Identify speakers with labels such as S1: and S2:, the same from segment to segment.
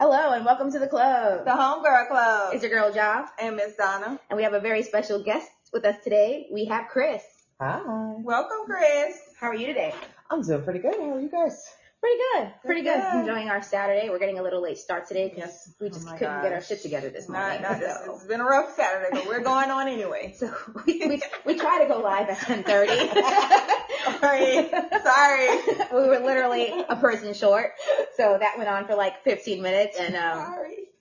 S1: Hello and welcome to the club.
S2: The Homegirl Club.
S1: It's your girl Job,
S2: and Miss Donna.
S1: and we have a very special guest with us today. We have Chris.
S3: Hi.
S2: Welcome, Chris.
S1: How are you today?
S3: I'm doing pretty good. How are you guys?
S1: Pretty good. Pretty good.
S2: good.
S1: Enjoying our Saturday. We're getting a little late start today because
S2: Yes.
S1: we
S2: Oh
S1: just
S2: my
S1: couldn't get our
S2: gosh.
S1: shit together this
S2: Not,
S1: morning.
S2: not this.
S1: so
S2: It's been a rough Saturday, but we're going on anyway.
S1: so we, we, we try to go live at 10:30.
S2: Sorry. Sorry.
S1: we were literally a person short, so that went on for like 15 minutes, and um,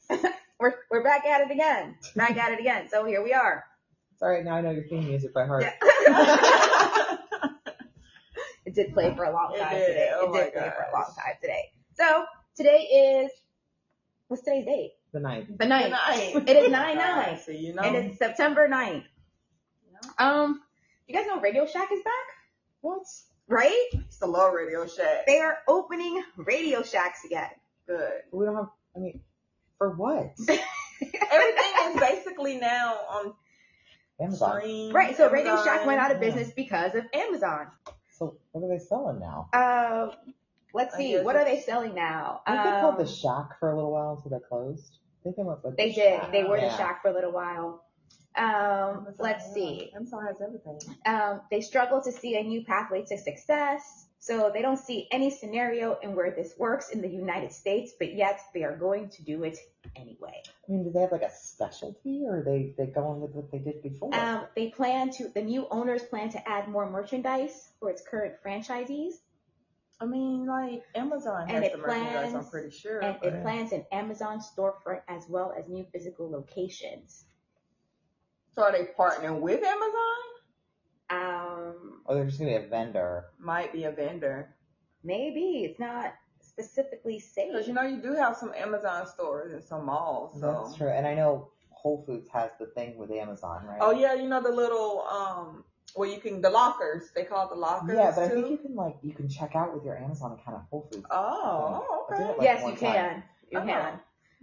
S2: Sorry.
S1: we're we're back at it again. Back at it again. So here we are.
S3: It's all right. Now I know your theme music by heart.
S1: Yeah.
S2: That's
S1: It did play for a long
S2: It
S1: time
S2: did.
S1: today.
S2: Oh
S1: it did
S2: my
S1: play for a
S2: gosh.
S1: long time today. So today is what's today's date?
S3: The ninth.
S1: The 9th.
S2: nice.
S1: It is nine nine.
S2: So you know.
S1: And it's September 9th. Um you guys know Radio Shack is back?
S3: What?
S1: Right?
S2: it's the low radio shack.
S1: They are opening Radio Shacks again.
S2: Good.
S3: We don't have. I mean, for what?
S2: Everything is basically now on
S3: Amazon.
S2: stream.
S1: Right, so Radio
S2: Amazon.
S1: Shack went out of
S3: Yeah.
S1: business because of Amazon.
S3: So what are they selling now?
S1: Um let's
S2: I
S1: see,
S2: guess
S1: what are
S2: it's-
S1: they selling now?
S3: Weren't they called the
S1: Um,
S3: Shack for a little while until they closed? I think they went with
S1: they
S3: the
S1: did.
S3: Shack.
S1: They were the
S3: Yeah.
S1: Shack for a little while. Um,
S2: Amazon,
S1: let's
S2: yeah.
S1: see.
S2: Amazon has everything.
S1: Um, they struggle to see a new pathway to success. So they don't see any scenario in where this works in the United States, but yet they are going to do it anyway.
S3: I mean, do they have like a specialty, or are they they going with what they did before?
S1: Um, they plan to, the new owners plan to add more merchandise for its current franchisees,
S2: I mean, like Amazon
S1: And
S2: has
S1: it
S2: the merchandise.
S1: plans-
S2: I'm pretty sure.
S1: and
S2: but-
S1: it plans an Amazon storefront as well as new physical locations.
S2: So are they partnering with Amazon?
S1: Um,
S3: or Oh, they're just gonna be a vendor.
S2: Might be a vendor.
S1: maybe it's not specifically
S2: Because
S1: safe.
S2: you know you do have some Amazon stores and some malls. So
S3: That's true. And I know Whole Foods has the thing with Amazon, right?
S2: Oh yeah, you know the little um where you can the lockers. They call it the lockers.
S3: Yeah, but I
S2: too.
S3: think you can like you can check out with your Amazon account at Whole Foods.
S2: Oh,
S3: I did
S2: okay.
S3: it like
S1: Yes, you
S3: one
S1: can.
S3: time.
S1: You
S2: Oh.
S1: can.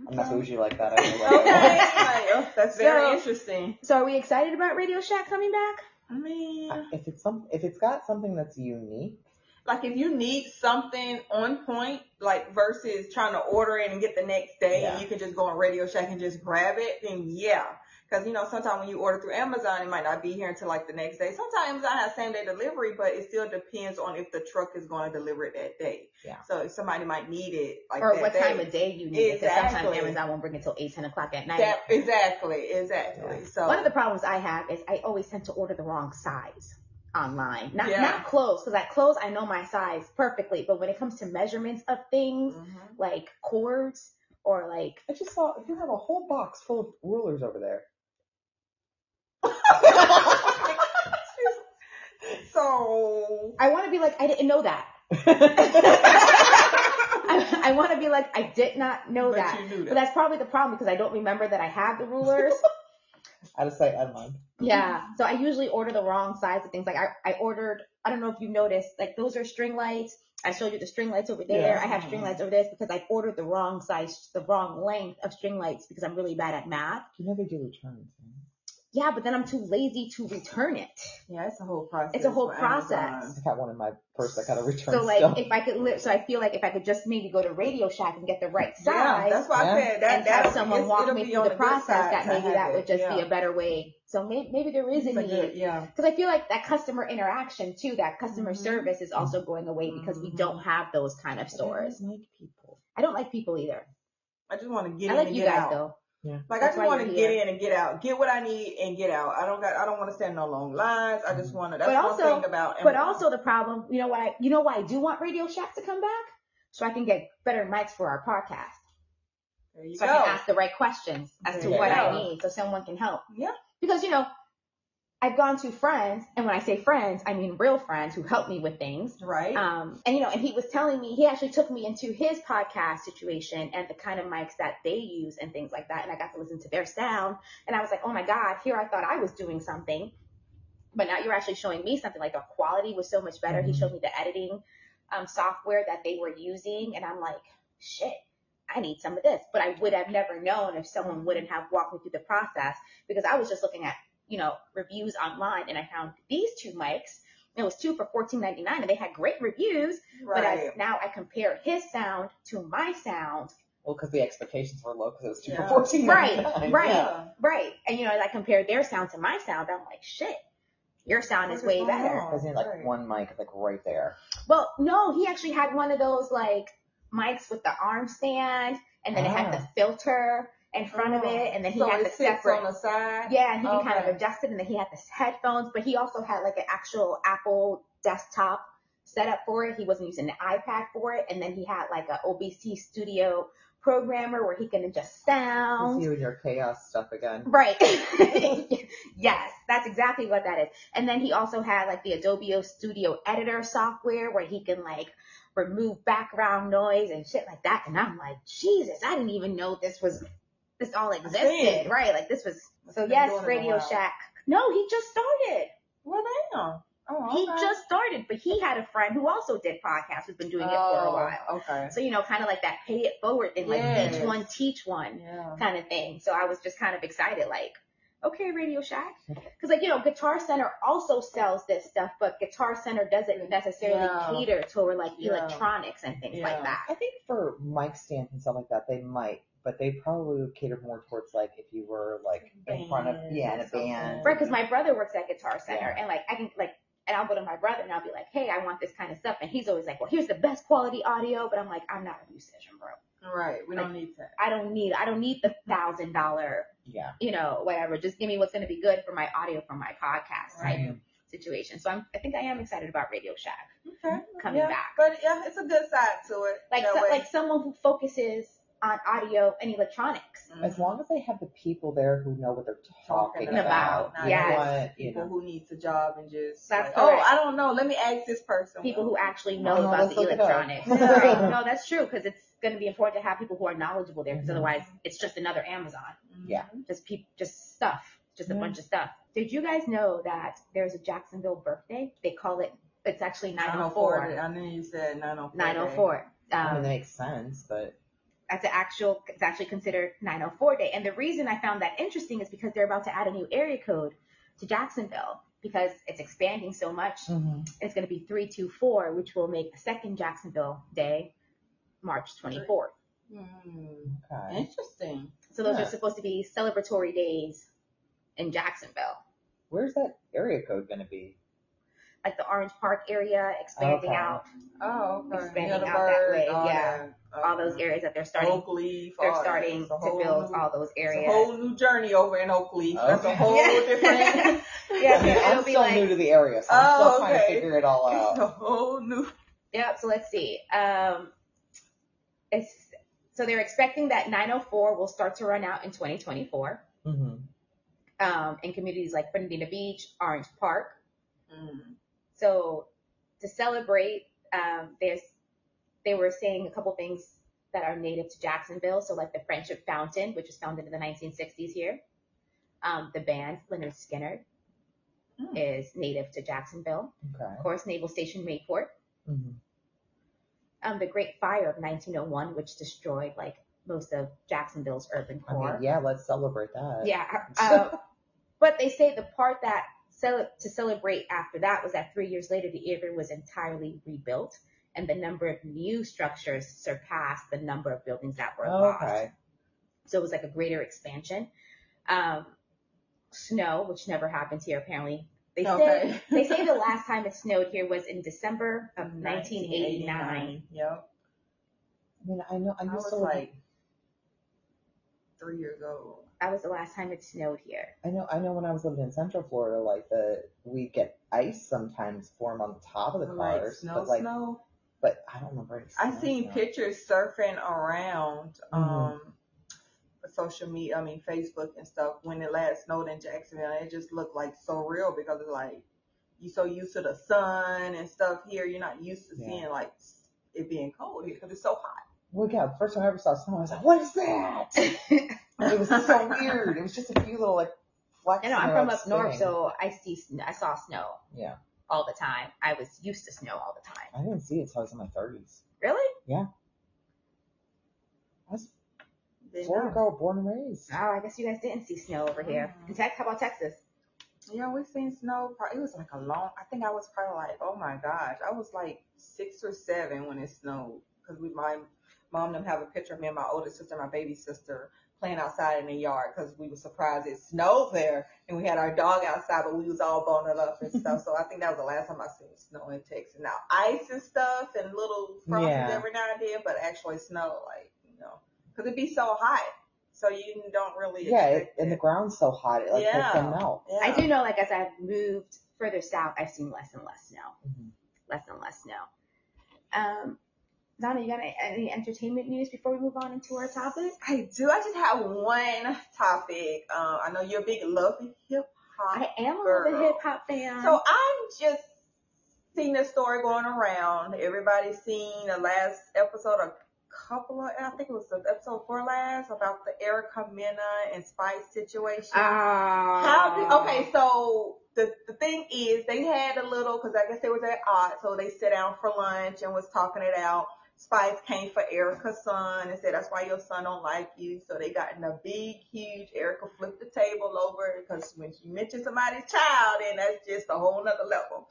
S3: I'm not
S2: Okay.
S3: bougie like that. I don't know what-
S2: um, Okay. Like, oh, that's very
S1: So-
S2: interesting.
S1: So are we excited about Radio Shack coming back?
S2: I mean
S3: if it's some if it's got something that's unique
S2: like if you need something on point, like versus trying to order it and get the next day
S3: Yeah.
S2: and you can just go on Radio Shack and just grab it, then yeah. Cause you know, sometimes when you order through Amazon, it might not be here until like the next day. Sometimes I have same day delivery, but it still depends on if the truck is going to deliver it that day.
S3: Yeah.
S2: So if somebody might need it, like
S1: or
S2: that
S1: what
S2: day.
S1: time of day you need it. Because sometimes
S2: Exactly.
S1: Amazon won't bring it till 8, 10 o'clock at night.
S2: That, exactly, exactly. So
S1: One of the problems I have is I always tend to order the wrong size online. Not
S2: Yeah.
S1: not clothes, because at clothes I know my size perfectly. But when it comes to measurements of things
S2: Mhm.
S1: like cords or like
S3: i just saw you have a whole box full of rulers over there
S2: so
S1: I want to be like I didn't know that. I, I want to be like I did not know
S2: but
S1: that.
S2: you knew
S1: But
S2: that.
S1: that's probably the problem because I don't remember that I have the rulers.
S3: out of sight out of mind
S1: Yeah. So I usually order the wrong size of things. Like I, I ordered, I don't know if you noticed, like those are string lights. I showed you the string lights over there.
S3: Yeah.
S1: I have string lights over this because I ordered the wrong size, the wrong length of string lights because I'm really bad at math.
S3: you know they do returns huh?
S1: Yeah, but then I'm too lazy to return it.
S2: Yeah, it's a whole process.
S1: It's a whole
S2: for Amazon.
S1: process.
S3: i got one in my purse i got a return
S1: so like,
S3: still.
S1: if I could, li- so I feel like if I could just maybe go to Radio Shack and get the right
S2: Yeah,
S1: size
S2: that's why I
S3: Yeah.
S2: said that.
S1: and have
S2: that
S1: someone walk me through the process, that maybe that would just
S2: yeah.
S1: be a better way. So maybe, maybe there is a
S2: It's a
S1: need.
S2: good, yeah.
S1: Because I feel like that customer interaction too, that customer
S2: Mhm.
S1: service is also going away because we
S2: Mhm.
S1: don't have those kind of
S3: I don't
S2: Mm-hmm.
S1: stores.
S3: like people
S1: I don't like people either.
S2: I just want to get
S1: I
S2: in
S1: like
S2: and
S1: you
S2: get
S1: guys
S2: out.
S1: though.
S2: Like
S1: That's
S2: I
S1: why
S2: just want
S1: you're
S2: to
S1: here.
S2: get in and get out, get what I need and get out. I don't got, I don't want to stand no long lines. I just want to. That's
S1: Mm. But
S2: one
S1: also-
S2: thing about.
S1: But
S2: Amazon.
S1: also the problem, you know why? You know why I do want Radio Shack to come back? So I can get better mics for our podcast.
S2: there you
S1: So I
S2: go.
S1: can ask the right questions as to
S3: There you
S1: what I
S2: go.
S1: need, so someone can help.
S2: Yeah.
S1: Because you know, I've gone to friends, and when I say friends, I mean real friends who help me with things.
S2: right.
S1: Um, and you know, and he was telling me, he actually took me into his podcast situation and the kind of mics that they use and things like that. And I got to listen to their sound. And I was like, oh my God, here I thought I was doing something. But now you're actually showing me something like the quality was so much better. He showed me the editing um, software that they were using. And I'm like, shit, I need some of this. But I would have never known if someone wouldn't have walked me through the process because I was just looking at, you know, reviews online and I found these two mics. It was two for fourteen ninety nine, and they had great reviews. But
S2: right.
S1: I, now I compare his sound to my sound,
S3: Well, because the expectations were low because it was two
S2: Yeah.
S3: for fourteen.
S1: Right, right.
S3: Yeah.
S2: Yeah.
S1: Right. And you know, as I compared their sound to my sound, I'm like, shit, your sound
S2: What
S1: is
S2: is
S1: way
S2: going
S1: better.
S2: on?
S3: Because he had, like
S2: Right.
S3: one mic like right there.
S1: Well, no, he actually had one of those like mics with the arm stand and then it had
S3: Ah.
S1: the filter in front of
S2: Oh.
S1: it and then he
S2: so
S1: had
S2: it
S1: the
S2: sits
S1: separate
S2: on the side.
S1: Yeah, and he can kind of
S2: Okay.
S1: adjust it, and then he had this headphones, but he also had like an actual Apple desktop set up for it. He wasn't using an iPad for it, and then he had like a OBC Studio programmer where he can adjust
S3: It's
S1: sounds.
S3: you and your chaos stuff again.
S1: Right. yes, that's exactly what that is. And then he also had like the Adobe Studio Editor software where he can like remove background noise and shit like that. And I'm like, Jesus, I didn't even know this was this all existed.
S2: thing.
S1: Right. Like this was
S2: Must
S1: so
S2: have been
S1: yes,
S2: doing it a
S1: Radio
S2: while.
S1: Shack. No, he just started.
S2: Well, damn. Oh,
S1: He
S2: okay.
S1: just started, but he had a friend who also did podcasts who's been doing it for a
S2: Oh,
S1: while.
S2: Okay.
S1: So, you know, kind of like that pay it forward thing, like
S2: Yes.
S1: each one teach one
S2: Yeah.
S1: kind of thing. So I was just kind of excited, like, okay, Radio Shack. Because, like, you know, Guitar Center also sells this stuff, but Guitar Center doesn't necessarily
S2: Yeah.
S1: cater toward like
S2: Yeah.
S1: electronics and things like
S2: Yeah.
S1: that.
S3: I think for mic stands and stuff like that, they might, but they probably would cater more towards like if you were like in front of
S2: Band
S3: yeah in
S2: or
S3: a band.
S1: Right, because my brother works at Guitar Center,
S3: Yeah.
S1: and like I can like, and I'll go to my brother and I'll be like, hey, I want this kind of stuff, and he's always like, well, here's the best quality audio, but I'm like, I'm not a musician, bro.
S2: Right. We don't need that.
S1: I don't need, I don't need the thousand dollar,
S3: Yeah.
S1: you know, whatever. Just give me what's going to be good for my audio for my podcast type
S3: Right.
S1: situation. So I'm, I think I am excited about Radio Shack
S2: Okay.
S1: coming
S2: yeah.
S1: back.
S2: But yeah, it's a good side to it.
S1: Like,
S2: that
S1: so,
S2: way.
S1: like someone who focuses on audio and electronics.
S2: Mhm.
S3: As long as they have the people there who know what they're talking
S2: Talking
S3: about,
S1: about,
S3: you
S1: yes.
S3: want, you
S2: people
S3: know,
S2: who needs a job and just
S1: That's
S2: like, oh,
S1: correct.
S2: I don't know. Let me ask this person.
S1: People who actually know
S3: Oh,
S1: about
S3: let's
S1: the
S3: look it up.
S1: electronics.
S2: Yeah.
S1: Right. No, that's true because it's going to be important to have people who are knowledgeable there because
S3: Mhm.
S1: otherwise it's just another Amazon,
S2: Mhm.
S3: Yeah.
S1: just peop, just stuff, just a
S3: Mhm.
S1: bunch of stuff. Did you guys know that there's a Jacksonville birthday? They call it. It's actually
S2: 904.
S1: 904.
S2: I knew you said 904.
S1: 904.
S3: I mean,
S1: Um,
S3: that makes sense, but
S1: that's an actual it's actually considered 904 day and the reason i found that interesting is because they're about to add a new area code to jacksonville because it's expanding so much
S2: Hmm.
S1: it's going to be 324 which will make the second jacksonville day march 24th
S2: Hmm.
S3: okay.
S2: Interesting.
S1: so those
S3: Yeah.
S1: are supposed to be celebratory days in jacksonville
S3: Where's that area code going to be?
S1: like the orange park area expanding
S3: Okay.
S1: out
S2: Oh, okay.
S1: Expanding
S2: Middleburg,
S1: out that way,
S2: all
S1: yeah.
S2: that.
S1: all those
S2: Okay.
S1: areas that they're starting
S2: Oak Leaf, all
S1: they're
S2: Mm-hmm. Oh, that.
S1: starting
S2: It's
S1: to
S2: a whole
S1: build
S2: new-
S1: all those
S2: It's a
S1: areas
S2: whole new journey over in Oak Leaf. That's
S3: Okay.
S2: a whole
S1: Yeah.
S2: different.
S1: yeah so
S3: I mean,
S1: it'll
S3: I'm
S1: be
S3: still
S1: like
S3: new to the area, so I'm still
S2: Oh,
S3: trying to
S2: okay.
S3: figure it all
S2: It's a
S3: out.
S2: whole new.
S1: Yep. So let's see. Um, it's so they're expecting that 904 will start to run out in 2024
S3: hmm
S1: um, in communities like Fernandina Beach, Orange Park.
S2: Mm.
S1: So to celebrate, um, there's they were saying a couple things that are native to Jacksonville. So like the Friendship Fountain, which was founded in the 1960s here. Um, the band Leonard Skinner
S2: Hmm.
S1: is native to Jacksonville.
S3: Okay.
S1: Of course, Naval Station Mayport.
S3: hmm
S1: um, the Great Fire of 1901, which destroyed like most of Jacksonville's urban
S3: I mean,
S1: core.
S3: yeah, let's celebrate that.
S1: yeah. uh, but they say the part that cel- to celebrate after that was that three years later, the area was entirely rebuilt, and the number of new structures surpassed the number of buildings that were lost.
S3: Okay.
S1: So it was like a greater expansion. Um, snow, which never happens here apparently. They say
S2: Okay.
S1: they say the last time it snowed here was in December of 1989.
S2: 1989. Yep.
S3: I mean, I know. I
S2: I
S3: used
S2: was
S3: to live.
S2: like three years old.
S1: That was the last time it snowed here.
S3: I know. I know. When I was living in Central Florida, like the we get ice sometimes form on the top of the
S2: Like
S3: cars,
S2: snow,
S3: but like, oh
S2: snow.
S3: but I don't remember. any
S2: I
S3: snow,
S2: seen
S3: snow.
S2: pictures surfing around
S3: Mm-hmm.
S2: um social media, I mean Facebook and stuff when it last snowed in Jacksonville. and It just looked like so real because it's like you so used to the sun and stuff here, you're not used to
S3: Yeah.
S2: seeing like it being cold here because it's so hot.
S3: Well, yeah. The first time I ever saw snow, I was like, "What is that?" it was so weird. It was just a few little like flecks.
S1: I know
S3: and
S1: I'm
S3: they're,
S1: from
S3: like,
S1: up north,
S3: spinning.
S1: so I see sn- I saw snow
S3: yeah,
S1: all the time. I was used to snow all the time.
S3: I didn't see it till I was in my thirties.
S1: Really?
S3: I was a
S2: Then,
S3: Florida
S2: uh,
S3: girl, born and raised.
S1: Oh, I guess you guys didn't see snow over here. In Texas, how about Texas?
S2: Yeah, we seen snow. pro- It was like a long. I think I was probably like, oh my gosh, I was like six or seven when it snowed because we my mom and them have a picture of me and my older sister, my baby sister, playing outside in the yard because we were surprised it snowed there and we had our dog outside, but we was all boned up and stuff. so I think that was the last time I seen snow in Texas. Now ice and stuff and little frosts
S3: Yeah.
S2: every now and then, but actually snow, like you know, because it'd be so hot, so you don't really
S3: Yeah, it,
S2: expect
S3: and the
S2: it.
S3: ground's so hot, it like
S2: Yeah.
S3: lets them melt.
S2: yeah.
S1: I do know, like as I've moved further south, I've seen less and less snow,
S3: Mhm.
S1: less and less snow. Um, Donna, you got any- any entertainment news before we move on into our topic?
S2: I do. I just have one topic. Um, I know you're a big lovey hip hop
S1: I am a
S2: Girl.
S1: little hip hop fan.
S2: So I'm just seeing this story going around. Everybody's seen the last episode, a couple of, I think it was the episode four last, about the Erica Mena and Spice situation. How
S1: Um,
S2: did, okay, so the, the thing is, they had a little, because I guess they was at odds, so they sat down for lunch and was talking it out. Spice came for Erica's son and said, that's why your son don't like you. So they got in a big, huge, Erica flipped the table over because when she mentioned somebody's child, then that's just a whole nother level.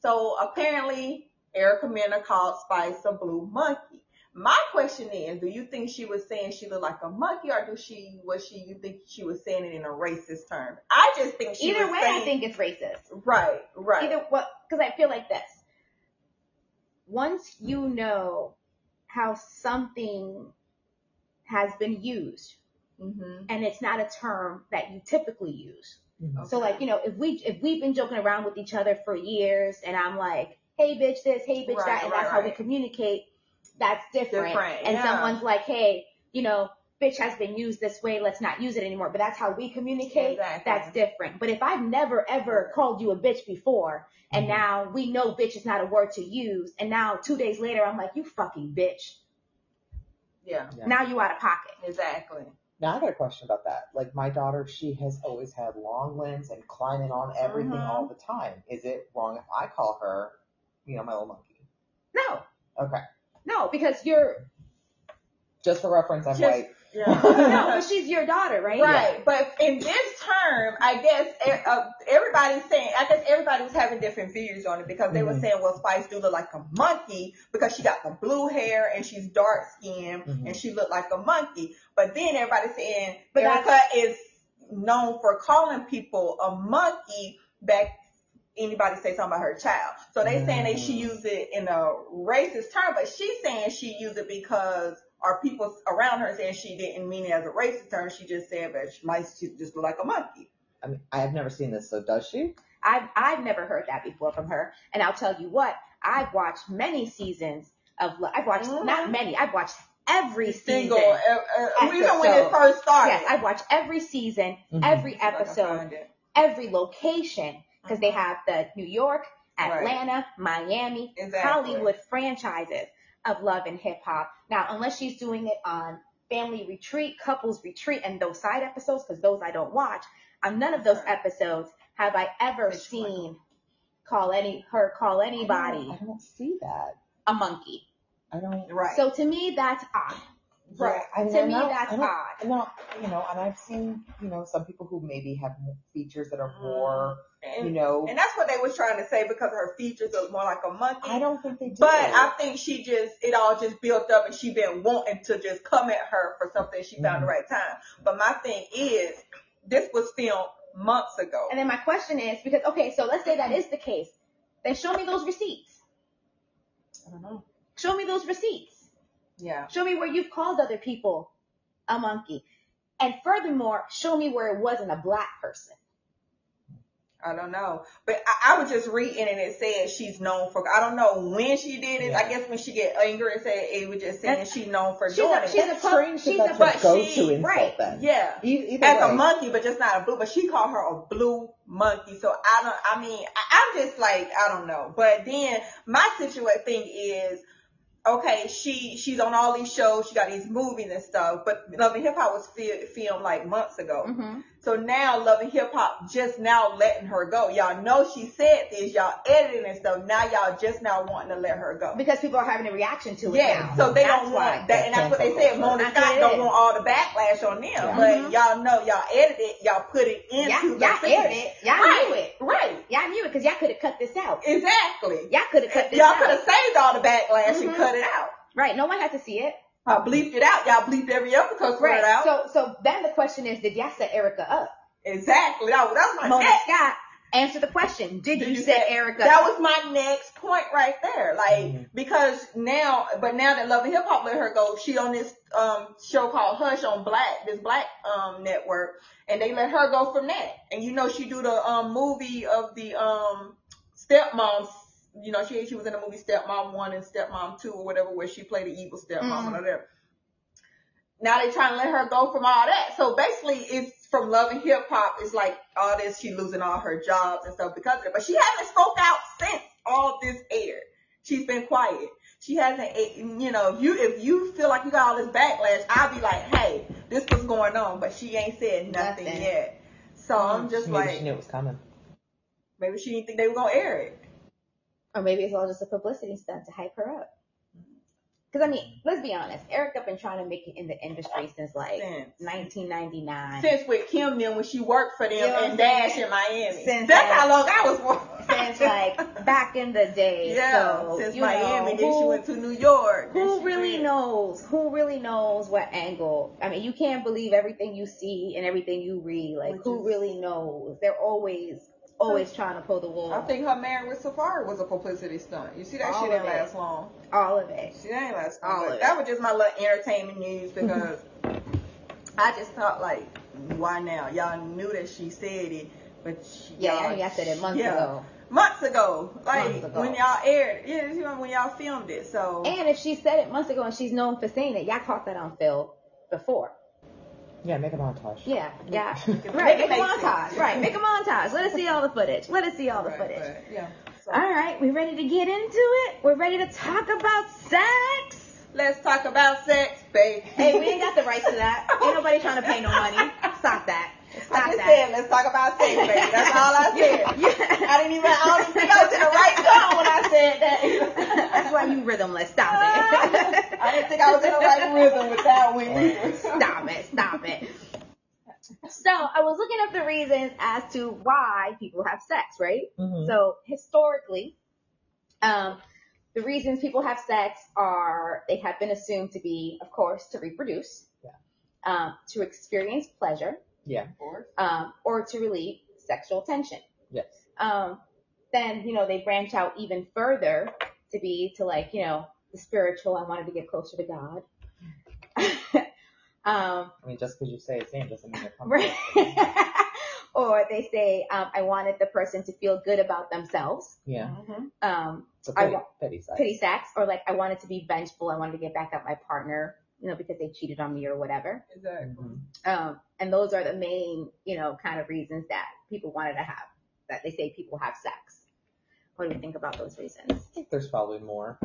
S2: So apparently, Erica Mena called Spice a blue monkey. My question is, do you think she was saying she looked like a monkey or do she, was she, you think she was saying it in a racist term? I just think she
S1: Either
S2: was
S1: way,
S2: saying,
S1: I think it's racist.
S2: right, right.
S1: Either what? Because I feel like this. Once you know how something has been used,
S2: mm-hmm.
S1: and it's not a term that you typically use.
S3: Mhm.
S1: So like, you know, if we if we've been joking around with each other for years, and I'm like, hey bitch this, hey bitch
S2: Right,
S1: that, and
S2: right,
S1: that's how we
S2: right.
S1: communicate. That's different.
S2: Different,
S1: and
S2: yeah.
S1: someone's like, hey, you know, bitch has been used this way. Let's not use it anymore. But that's how we communicate.
S2: Exactly.
S1: That's different. But if I've never ever called you a bitch before, and
S3: Mhm.
S1: now we know bitch is not a word to use, and now two days later I'm like, you fucking bitch.
S2: Yeah,
S3: Yeah.
S1: Now you out of pocket.
S2: exactly.
S3: Now I got a question about that. Like my daughter, she has always had long limbs and climbing on everything
S1: Mm-hmm.
S2: Mhm.
S3: all the time. Is it wrong if I call her, you know, my little monkey?
S1: No,
S3: Okay.
S1: no, because you're
S3: Just for reference, I'm
S2: Just-
S3: like,
S1: no, but she's your daughter, right?
S2: Right, but in this term, I guess e- uh, everybody's saying, I guess everybody was having different views on it because they were
S3: Mhm.
S2: saying, well, Spice do look like a monkey because she got the blue hair and she's dark skinned
S3: Mhm.
S2: and she looked like a monkey. But then everybody's saying,
S1: But that's-
S2: Erica is known for calling people a monkey back anybody say something about her child. So they saying that she
S1: Mm-hmm.
S3: Mhm.
S2: used it in a racist term, but she's saying she used it because or people around her saying she didn't mean it as a racist term. She just said that she might she just look like a monkey.
S3: I mean, I have never seen this, so does she?
S1: I've I've never heard that before from her, and I'll tell you what, I've watched many seasons of. Lo- I've watched
S2: Mhm.
S1: not many. I've watched every
S2: Single,
S1: season.
S2: uh, uh, even when it
S1: e-, Episode.
S2: first started.
S1: Yes, I've watched every season,
S3: Mhm.
S1: every
S2: If I can
S1: episode,
S2: find it.
S1: every location, because they have the New York,
S2: Right.
S1: Atlanta, Miami,
S2: Exactly.
S1: Hollywood franchises of love and hip hop. Now, unless she's doing it on family retreat, couples retreat, and those side episodes, because those I don't watch, on none of those
S2: Right.
S1: episodes have I ever
S2: Bitch,
S1: seen call any her call
S3: I don't-
S1: anybody
S3: I don't see that.
S1: a monkey.
S3: I don't.
S2: Oh. Right.
S1: So to me, that's odd.
S2: right.
S3: I mean,
S1: To
S3: I'm
S1: me,
S3: not-
S1: that's
S3: I don't-
S1: odd.
S3: No, you know, and I've seen, you know, some people who maybe have features that are more,
S1: Mm,
S2: And,
S3: you know,
S2: and that's what they was trying to say because her features look more like a monkey.
S3: I don't think they do.
S2: But I think she just it all just built up and she been wanting to just come at her for something she
S3: Mm-hmm.
S2: found the right time. But my thing is this was filmed months ago.
S1: And then my question is because okay, so let's say that is the case, then show me those receipts.
S2: I don't know.
S1: Show me those receipts.
S2: Yeah.
S1: Show me where you've called other people a monkey. And furthermore, show me where it wasn't a black person.
S2: I don't know. But I, I was just reading and it said she's known for I don't know when she did it. I
S3: Yeah.
S2: guess when she get angry and said it was just saying
S1: That's-
S2: she's known for
S1: she's
S2: doing
S1: a-
S2: it.
S1: she's a
S3: That's
S1: punk-
S3: strange
S1: she's
S3: that
S1: a
S3: that's
S2: but
S3: a
S2: she-
S3: go-to insult
S1: right,
S3: then.
S2: yeah.
S3: E- either
S2: as
S3: way.
S2: a monkey, but just not a blue. But she called her a blue monkey. So I don't. I mean, I, I'm just like I don't know. But then my situation thing is, okay, she she's on all these shows, she got these movies and stuff. But Love and Hip Hop was fi- filmed like months ago.
S1: Mm-hmm.
S2: So now Love and Hip Hop just now letting her go. Y'all know she said this. Y'all editing and stuff. Now y'all just now wanting to let her go.
S1: Because people are having a reaction to it.
S2: Yeah,
S1: now.
S2: so they
S1: That's
S2: don't
S1: why.
S2: want that, and that's what they said. Mona
S1: That's
S2: Scott
S1: what it
S2: don't
S1: is.
S2: want all the backlash on them,
S3: Yeah.
S2: but
S1: Mhm.
S2: y'all know y'all edited, it, y'all put it into
S1: Y'all,
S2: the
S1: y'all
S2: scene.
S1: aired it. Y'all
S2: Right.
S1: knew it.
S2: right?
S1: Y'all knew it because y'all could have cut this out.
S2: Exactly.
S1: Y'all could have cut this
S2: Y'all
S1: out.
S2: could have saved all the backlash and
S1: Mhm.
S2: cut it out.
S1: Right. No one had to see it.
S2: I bleeped it out. Y'all bleeped every other cuss word
S1: Right.
S2: out.
S1: So so then the question is, did y'all set Erica up?
S2: exactly. That was, that was my
S1: Mona
S2: next.
S1: Scott, answer the question. Did,
S2: Did
S1: you
S2: you
S1: set
S2: set-
S1: Erica
S2: That
S1: up?
S2: was my next point right there. Like
S3: Mhm.
S2: because now, but now that Love and Hip Hop let her go, she on this um show called Hush on Black, this Black um network, and they let her go from that. And you know she do the um movie of the um stepmom. You know she she was in the movie Stepmom One and Stepmom Two or whatever where she played the evil stepmom
S1: Mhm.
S2: or whatever. Now they trying to let her go from all that. So basically, it's from Love and Hip Hop. It's like all this. She losing all her jobs and stuff because of it. But she hasn't spoke out since all this aired. She's been quiet. She hasn't. eh, You know, if you if you feel like you got all this backlash, I'll be like, hey, this was going on, but she ain't said nothing,
S1: Nothing.
S2: yet. So I'm just
S3: Mm, Maybe
S2: like,
S3: she knew it was coming.
S2: maybe she didn't think they were gonna air it.
S1: Or maybe it's all just a publicity stunt to hype her up. Because I mean, let's be honest, Erica been trying to make it in the industry since like
S2: Since.
S1: 1999.
S2: Since with Kim, then when she worked for them
S1: You know what I'm
S2: and Dash
S1: saying?
S2: in Miami,
S1: Since
S2: that's
S1: like-
S2: how long I was working.
S1: since like back in the day.
S2: Yeah,
S1: so,
S2: since
S1: you know,
S2: Miami, then she
S1: who-
S2: went to New York. then
S1: who
S2: she
S1: really
S2: went-
S1: knows? Who really knows what angle? I mean, you can't believe everything you see and everything you read. Like,
S2: Which
S1: who
S2: is-
S1: really knows? They're always, always trying to pull the wool.
S2: I think her marriage with Safari was a publicity stunt. You see that
S1: All
S2: shit
S1: of
S2: didn't
S1: it.
S2: last long.
S1: all of it.
S2: She didn't last
S1: All
S2: long.
S1: of
S2: But
S1: it.
S2: that was just my little entertainment news because I just thought like, why now? Y'all knew that she said it, but she,
S1: Yeah,
S2: y'all,
S1: I think I said it months
S2: yeah.
S1: ago.
S2: Months ago, like
S1: Months ago.
S2: when y'all aired, yeah, you know, when y'all filmed it. So
S1: And if she said it months ago and she's known for saying it, y'all caught that on Phil before.
S3: Yeah, make a montage.
S1: Yeah, yeah.
S2: it
S1: Right, make,
S2: make
S1: a
S2: sense.
S1: montage. Right, make a montage. Let us see all the footage. Let us see all the
S2: Right,
S1: footage.
S2: but, yeah. So,
S1: All right, we ready to get into it? We're ready to talk about sex.
S2: Let's talk about sex, babe.
S1: Hey, we ain't got the rights to that. Ain't nobody trying to pay no money. Stop that. Stop
S2: I just
S1: that.
S2: said let's talk about sex, baby. That's all I said.
S1: Yeah.
S2: I didn't even I don't even go to the right tone when I said that.
S1: That's why you rhythmless. Stop it.
S2: I didn't think I was in the right rhythm with that one either.
S1: Stop it. Stop it. So I was looking up the reasons as to why people have sex, right?
S3: Mhm.
S1: So historically, um, the reasons people have sex are they have been assumed to be, of course, to reproduce,
S3: Yeah.
S1: um, to experience pleasure,
S3: Yeah.
S1: um, or to relieve sexual tension.
S3: Yes.
S1: um, then you know they branch out even further to be to like you know the spiritual. I wanted to get closer to God. um,
S3: I mean, just because you say his name doesn't mean they're coming.
S1: right. or they say um, I wanted the person to feel good about themselves.
S3: Yeah.
S1: Um,
S3: So
S1: I
S3: petty,
S1: wa-
S3: petty side.
S1: pity sex, or like I wanted to be vengeful. I wanted to get back at my partner, you know, because they cheated on me or whatever.
S2: Exactly.
S3: Mhm.
S1: Um, and those are the main, you know, kind of reasons that people wanted to have that they say people have sex. What do you think about those reasons?
S3: I think there's probably more.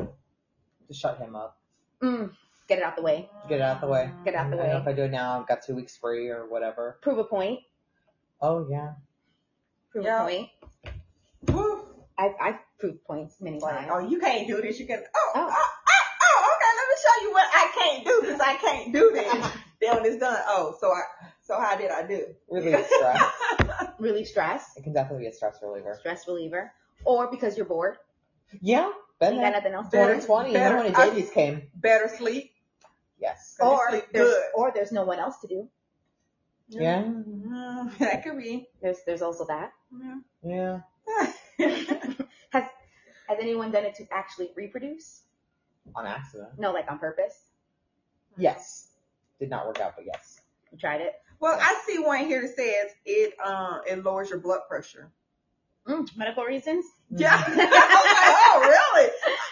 S3: Just shut him up.
S1: Mm, get it out the way.
S3: Get it out the way.
S1: Get it out the
S3: I don't know
S1: way.
S3: if I do it now. I've got two weeks free or whatever.
S1: Prove a point.
S3: Oh yeah.
S1: Prove
S2: Yeah.
S1: a point.
S2: Woo.
S1: I've, I've proved points many
S2: Like,
S1: times.
S2: oh, you can't do this. You can. Oh,
S1: Oh.
S2: oh, oh, oh, okay. Let me show you what I can't do because I can't do this. then when it's done, oh, so I, so how did I do?
S3: Relieve stress.
S1: Relieve stress,
S3: It can definitely be a stress reliever.
S1: stress reliever, or because you're bored.
S3: Yeah. Been
S1: You got nothing
S3: there.
S1: else to
S2: Better-
S1: do.
S3: 2020. You know
S2: better-
S3: how many
S2: I-
S3: babies came?
S2: Better sleep.
S3: Yes.
S2: Better
S1: Or
S2: sleep
S1: there's,
S2: good.
S1: or there's no one else to do.
S3: Yeah.
S2: Mm, that could be. Mm-hmm.
S1: There's there's also that.
S3: Yeah.
S1: Has has anyone done it to actually reproduce?
S3: On accident.
S1: No, like on purpose.
S3: Yes. Did not work out, but yes.
S1: You tried it.
S2: Well, I see one here that says it um it lowers your blood pressure.
S1: Mm, medical reasons.
S2: Yeah, I was
S3: Mm-hmm.
S2: like, oh really?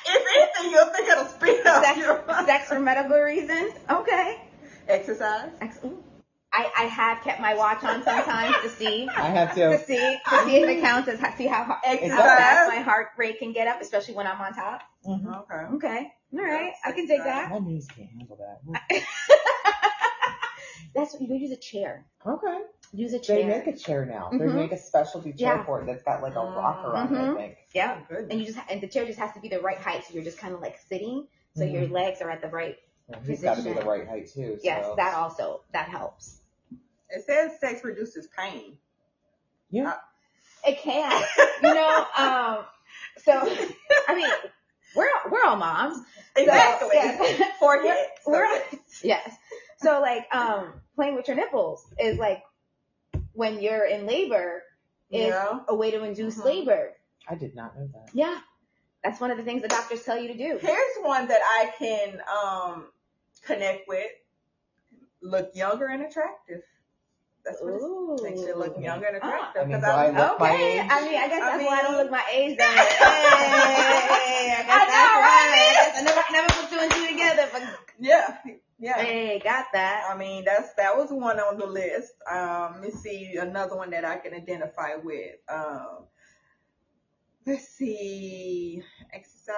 S2: If anything, you'll think it'll speed up
S1: Sex,
S2: your
S1: sex for medical reasons. Okay.
S2: exercise.
S1: Ex- ooh. I, I have kept my watch on sometimes to see.
S3: I have
S1: to
S3: to.
S1: see to see if it counts as see how how
S2: Exercise.
S1: fast my heart rate can get up, especially when I'm on top.
S3: Mhm.
S2: Okay.
S1: Okay, all right, I can take that.
S3: My knees can't handle that.
S1: That's what you do. Use a chair.
S3: Okay.
S1: Use a
S3: They
S1: chair.
S3: make a chair now. They
S1: Mhm.
S3: make a specialty chair
S1: Yeah.
S3: for it that's got like a rocker on it,
S1: Mhm.
S3: I think.
S1: Yeah,
S2: Good.
S1: and you just ha- and the chair just has to be the right height, so you're just kind of like sitting, so your
S3: Mhm.
S1: legs are at the right.
S3: Yeah, He's got to be the
S1: Position.
S3: right height too. So.
S1: Yes, that also that helps.
S2: It says sex reduces pain.
S3: Yeah.
S1: It can, you know. Um, so I mean, We're all, we're all moms.
S2: Exactly.
S1: yes.
S2: Four
S1: We're-
S2: kids.
S1: we're- Yes. So like um playing with your nipples is like when you're in labor is
S2: yeah.
S1: a way to induce
S2: Mhm.
S1: labor.
S3: I did not know that.
S1: Yeah. That's one of the things the doctors tell you to do.
S2: Here's one that I can um connect with. Look younger and attractive. That's what it's
S1: Ooh.
S2: makes you look younger and
S1: Ah.
S2: attractive.
S3: I mean,
S2: 'cause
S3: do I
S2: was-
S3: look my
S1: Okay,
S3: age?
S1: I mean, I guess
S2: I
S1: that's why I don't
S2: mean-
S1: look my age then. Hey, I, guess
S2: I know,
S1: that's
S2: right?
S1: why. I never, never put two and two together, but
S2: yeah, yeah.
S1: hey, got that.
S2: I mean, that's that was one on the list. Um, let's see another one that I can identify with. Um, let's see, exercise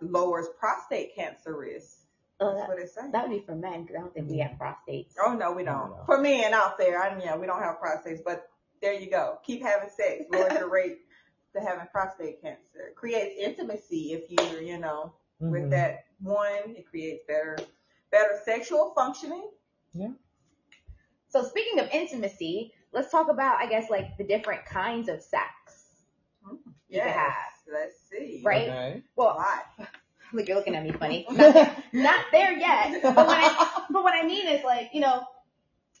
S2: lowers prostate cancer risk.
S1: Oh,
S2: That's
S1: that,
S2: what it says.
S1: that would be for men because I don't think we have prostates.
S2: Oh no, we
S3: I don't
S2: don't.
S3: know.
S2: For men out there, I yeah, we don't have prostates, but there you go. Keep having sex. Lower your rate to having prostate cancer. Creates intimacy if you're, you know, with
S3: Mhm.
S2: that one. It creates better, better sexual functioning.
S1: So speaking of intimacy, let's talk about, I guess, like the different kinds of sex. You can
S2: Yes.
S1: have.
S2: Let's see.
S3: Mm-hmm.
S1: Right.
S3: Okay.
S2: A
S1: Well,
S2: lot.
S1: look, you're looking at me funny. Not, not there yet. But what, I, but what I mean is like, you know,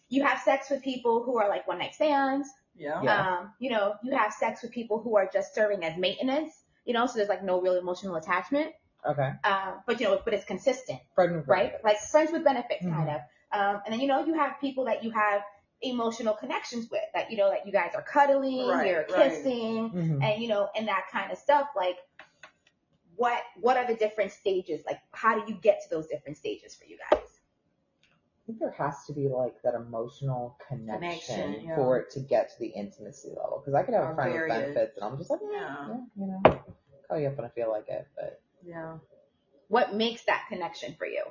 S1: you have sex with people who are like one night stands.
S2: Yeah.
S3: Yeah.
S1: Um, you know, you have sex with people who are just serving as maintenance. You know, so there's like no real emotional attachment.
S3: Okay.
S1: Uh, but you know, but it's consistent,
S3: Fred and
S1: right? Like friends with benefits,
S3: Mhm.
S1: kind of. Um, and then you know, you have people that you have emotional connections with, that you know, that you guys are cuddling,
S2: Right,
S1: you're
S2: right.
S1: kissing,
S3: hmm
S1: and you know and that kind of stuff like what what are the different stages like how do you get to those different stages for you guys
S3: I think there has to be like that emotional connection,
S2: Connection, yeah.
S3: for it to get to the intimacy level. Because I could have
S2: Or
S3: a friend with
S2: various.
S3: benefits, and I'm just like, eh,
S2: Yeah.
S3: yeah, you know, call you up when I feel like it. But
S2: Yeah.
S1: what makes that connection for you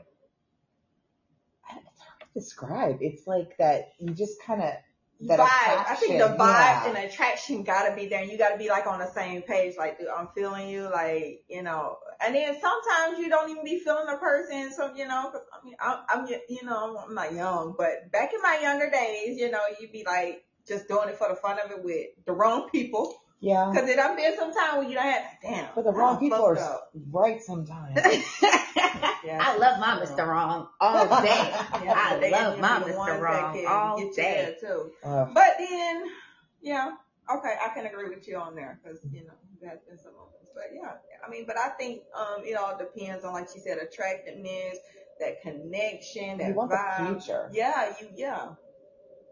S3: I- it's hard to describe. It's like that you just kind of That
S2: vibe. I think the
S3: attraction,
S2: vibe
S3: yeah.
S2: and attraction gotta be there. and You gotta be like on the same page. Like, dude, I'm feeling you. Like, you know. And then sometimes you don't even be feeling the person. So you know, 'cause I mean, I'm, I'm, you know, I'm not young, but back in my younger days, you know, you'd be like just doing it for the fun of it with the wrong people.
S3: yeah.
S2: Cause it done been some time when you don't have damn.
S3: But the wrong
S2: I'm
S3: people are
S2: fucked up.
S3: right sometimes.
S2: Yeah.
S1: i love my mr wrong all day
S2: Oh, Yeah,
S1: I
S2: but they
S1: love
S2: usually
S1: my
S2: the
S1: Mr.
S2: ones that
S1: Wrong
S2: can
S1: all
S2: get you
S1: day.
S2: there, too.
S3: Ugh.
S2: But then, yeah, okay, I can agree with you on there because you know that's been some moments. But yeah, I mean, but I think um, it all depends on, like you said, attractiveness, that connection, that
S3: you want
S2: vibe.
S3: the future.
S2: Yeah, you yeah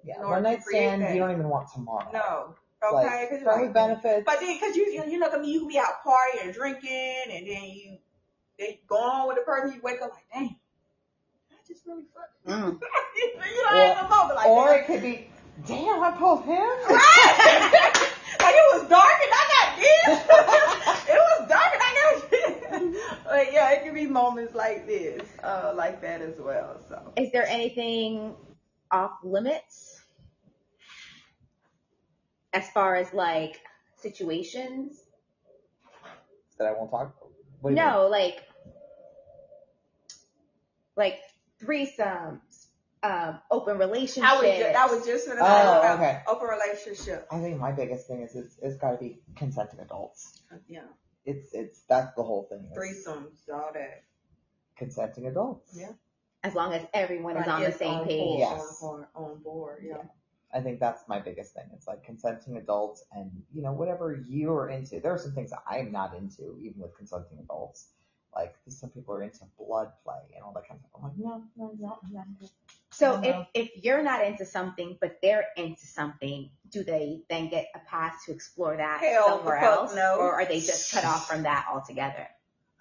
S3: Yeah.
S2: In order
S3: One
S2: to
S3: night
S2: create
S3: stand,
S2: that.
S3: you don't even want tomorrow.
S2: no
S3: Like,
S2: okay because
S3: friend with benefits.
S2: but then, cause you you you know, I mean, you can be out partying and drinking, and then you they go on with the person. You wake up like, dang, I just really fucked.
S1: Mm.
S2: you know, in the moment like,
S3: or
S2: damn.
S3: it could be, damn, I pulled him.
S2: like it was dark and I got this. it was dark and I got this. but yeah, it can be moments like this, uh, like that as well. So
S1: is there anything off limits as far as like situations
S3: That I won't talk. What do you mean?
S1: no like like threesomes um open relationships
S2: I was just, I was just gonna
S3: Oh,
S2: talk about
S3: okay.
S2: open relationship.
S3: I think my biggest thing is it's, it's got to be consenting adults.
S2: Yeah,
S3: It's it's that's the whole thing. is
S2: threesomes, all that.
S3: Consenting adults.
S2: Yeah.
S1: as long as everyone is
S2: Like,
S1: on the
S2: it's
S1: same
S2: on
S1: page
S2: board,
S3: Yes.
S2: On board, on board. Yeah.
S3: I think that's my biggest thing. It's like consenting adults and, you know, whatever you are into. There are some things that I'm not into, even with consenting adults. Like, some people are into blood play and all that kind of stuff. I'm like, no, no, no, no.
S1: So
S3: Yeah.
S1: if, if you're not into something, but they're into something, do they then get a pass to explore that
S2: Hell
S1: somewhere
S2: the fuck
S1: else?
S2: no.
S1: Or are they just cut off from that altogether?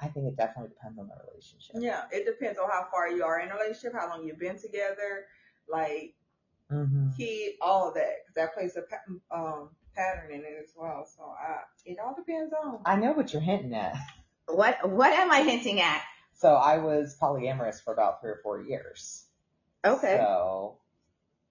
S3: I think it definitely depends on the relationship.
S2: Yeah, it depends on how far you are in a relationship, how long you've been together, like
S3: Mm-hmm.
S2: kid, all of that. 'Cause that plays a pa- um, pattern in it as well. So I, it all depends on.
S3: I know what you're hinting at.
S1: What what am I hinting at?
S3: So I was polyamorous for about three or four years. So,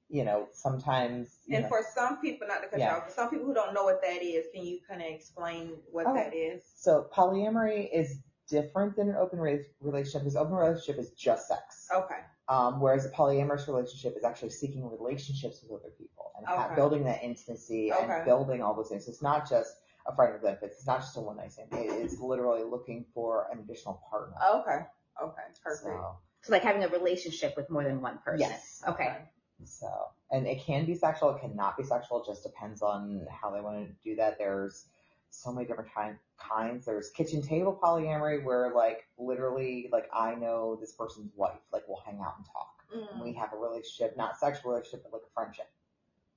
S3: you know, sometimes. You
S2: And
S3: know,
S2: for some people, not to cut you
S3: Yeah.
S2: off, for some people who don't know what that is, can you kind of explain what
S3: Oh.
S2: that is?
S3: so polyamory is different than an open re- relationship because open relationship is just sex.
S2: Okay.
S3: Um, whereas a polyamorous relationship is actually seeking relationships with other people and ha-
S2: Okay.
S3: building that intimacy
S2: Okay.
S3: and building all those things. It's not just a friend with benefits. It's not just a one night stand. It is literally looking for an additional partner.
S2: Okay. Okay. Oh, Perfect.
S3: So,
S1: So like having a relationship with more than one person.
S3: yes.
S1: Okay.
S3: So, and it can be sexual, it cannot be sexual. It just depends on how they want to do that. There's so many different kind, kinds. There's kitchen table polyamory where, like, literally, like, I know this person's wife. Like, we'll hang out and talk. And
S2: Mm.
S3: we have a relationship, not sexual relationship, but like a friendship.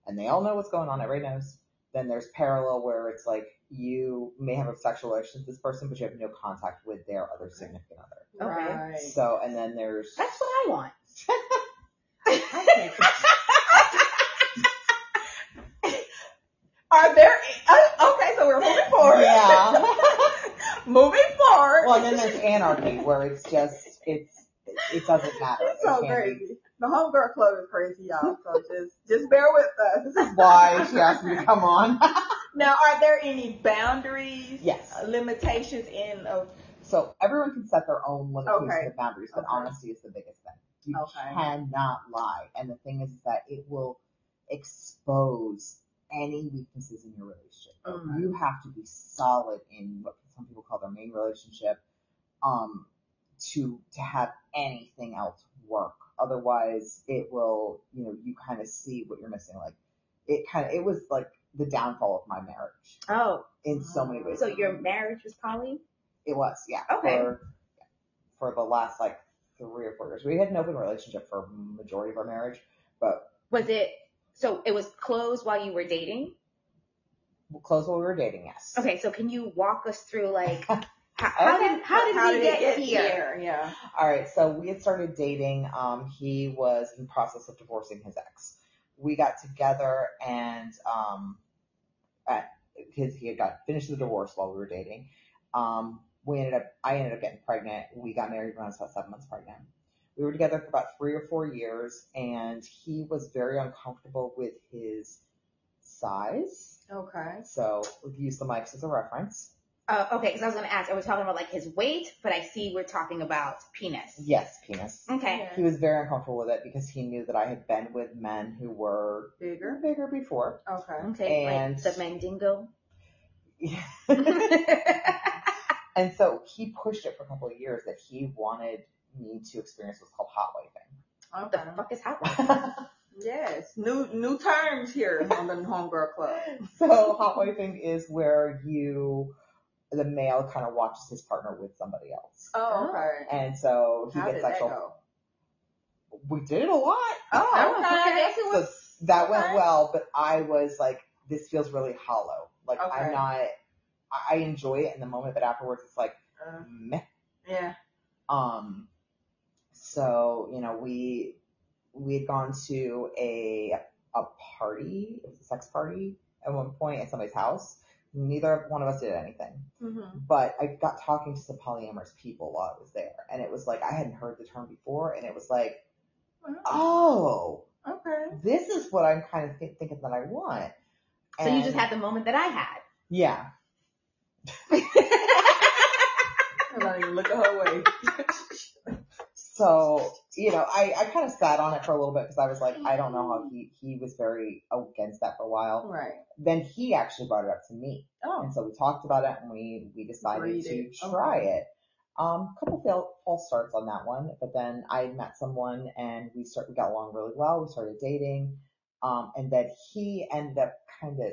S3: And they all know what's going on. Everybody knows. Then there's parallel where it's like you may have a sexual relationship with this person, but you have no contact with their other significant other.
S1: Okay.
S2: Right.
S3: So, and then there's
S1: That's what I want.
S2: I can't con- Are there? Uh, okay, so we're moving forward.
S3: yeah.
S2: moving forward.
S3: Well, then there's anarchy where it's just it's it doesn't matter.
S2: It's
S3: It
S2: so
S3: can't be-
S2: crazy. The homegirl club is crazy, y'all. So just just bear with us.
S3: Why she asked me to come on?
S2: Now, are there any boundaries?
S3: yes.
S2: uh, Limitations in oh, of
S3: So everyone can set their own limitations
S2: Okay.
S3: and boundaries, but
S2: Okay.
S3: honesty is the biggest thing. You
S2: Okay.
S3: cannot lie. And the thing is, is that it will expose any weaknesses in your relationship.
S1: Oh,
S2: Okay.
S3: You have to be solid in what some people call their main relationship, um, to to have anything else work. Otherwise, it will, you know, you kind of see what you're missing. Like it kind of, it was like the downfall of my marriage
S1: Oh,
S3: in so many ways.
S1: so your marriage was poly?
S3: It was, yeah.
S1: Okay.
S3: For, for the last like three or four years, we had an open relationship for majority of our marriage, but
S1: Was it so it was closed while you were dating?
S3: we close while we were dating. Yes.
S1: Okay, so can you walk us through like how, how did how did we
S2: it
S1: get, here?
S2: Yeah.
S3: All right. So we had started dating. Um, he was in the process of divorcing his ex. We got together and um, at his he had got finished the divorce while we were dating. Um, we ended up I ended up getting pregnant. We got married when I was about seven months pregnant. We were together for about three or four years, and he was very uncomfortable with his size.
S2: Okay.
S3: So we use the mics as a reference.
S1: Uh, okay, because I was gonna ask, are we talking about like his weight? But I see we're talking about penis.
S3: Yes, penis.
S1: Okay.
S3: He was very uncomfortable with it because he knew that I had been with men who were
S2: Bigger.
S3: bigger before.
S2: Okay.
S1: Okay.
S3: And-
S1: like the Mandingo.
S3: and so he pushed it for a couple of years that he wanted me to experience what's called hot
S1: What the
S2: Okay.
S1: fuck is hot?
S3: wifing.
S2: Yes. New new terms here on the homegirl club.
S3: so hot wifing is where you, the male kind of watches his partner with somebody else.
S2: Oh, okay.
S3: And so he
S2: How
S3: gets
S2: did that
S3: sexual.
S2: go?
S3: We did it a lot.
S2: Oh,
S1: Oh,
S2: okay. I
S1: okay.
S2: guess it was.
S3: That went
S2: Okay.
S3: well, but I was like, this feels really hollow. Like
S2: Okay.
S3: I'm not, I- I enjoy it in the moment, but afterwards it's like,
S2: Uh,
S3: meh.
S2: yeah.
S3: Um, so you know, we we had gone to a a party, it was a sex party at one point at somebody's house. Neither one of us did anything,
S2: Mm-hmm.
S3: but I got talking to some polyamorous people while I was there, and it was like I hadn't heard the term before, and it was like, oh,
S2: Okay.
S3: this is what I'm kind of th- thinking that I want.
S1: So you
S3: And-
S1: just had the moment that I had.
S3: yeah,
S2: I'm not even looking her way.
S3: So, you know, I, I kind of sat on it for a little bit because I was like, I don't know how he, he was very against that for a while.
S2: right.
S3: Then he actually brought it up to me.
S2: Oh.
S3: And so we talked about it and we, we decided
S2: Agreed
S3: to
S2: it.
S3: try it. Um, a couple fail, false starts on that one, but then I met someone and we start, we got along really well. We started dating. Um, and then he ended up kind of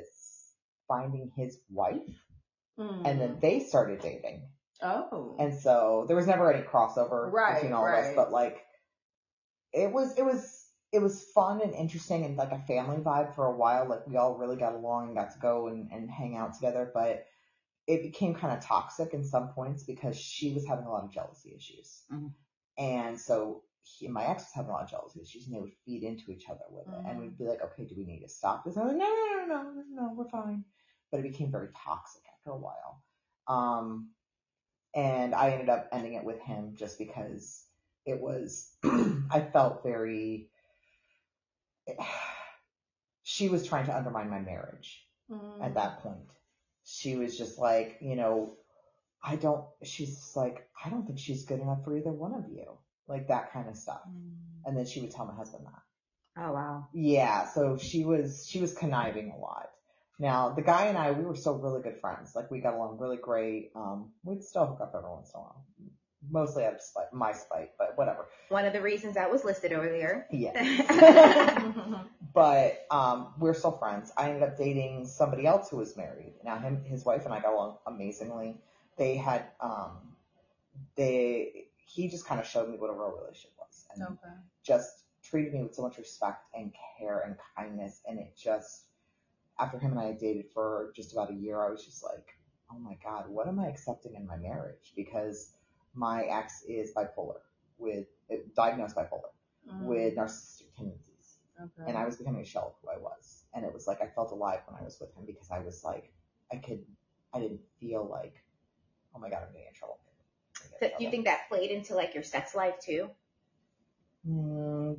S3: finding his wife
S2: Mm.
S3: and then they started dating.
S2: Oh.
S3: And so there was never any crossover
S2: Right,
S3: between all of us,
S2: right.
S3: but like it was it was it was fun and interesting and like a family vibe for a while. Like we all really got along and got to go and, and hang out together, but it became kind of toxic in some points because she was having a lot of jealousy issues.
S1: Mhm.
S3: And so he, my ex was having a lot of jealousy issues and they would feed into each other with it.
S2: Mhm.
S3: And we'd be like, okay, do we need to stop this? And I'm like, no, no, no, no, no, no, we're fine. But it became very toxic after a while. Um, and I ended up ending it with him just because it was, I felt very, she was trying to undermine my marriage
S2: Mm.
S3: at that point. She was just like, you know, I don't, she's just like, I don't think she's good enough for either one of you. Like that kind of stuff.
S2: Mm.
S3: And then she would tell my husband that.
S1: Oh wow.
S3: Yeah, so she was she was conniving a lot. Now, the guy and I, we were still really good friends. Like, we got along really great. Um, we'd still hook up every once in a while. Mostly out of spite, my spite, but whatever.
S1: One of the reasons that was listed earlier.
S3: Yeah.
S1: yeah.
S3: But, um, we're still friends. I ended up dating somebody else who was married. Now, him, his wife and I got along amazingly. They had, um, they, he just kind of showed me what a real relationship was. And
S2: Okay.
S3: just treated me with so much respect and care and kindness. And it just, after him and I had dated for just about a year, I was just like, oh my God, what am I accepting in my marriage? Because my ex is bipolar with diagnosed bipolar
S2: Mm.
S3: with narcissistic tendencies.
S2: Hmm. Okay.
S1: Mm-hmm.
S3: And I was becoming a shell of who I was. And it was like I felt alive when I was with him because I was like, I could, I didn't feel like, oh my God, I'm getting in trouble.
S1: So
S3: I'm getting in
S1: you
S3: trouble.
S1: think that played into like your sex life too?
S3: Mm,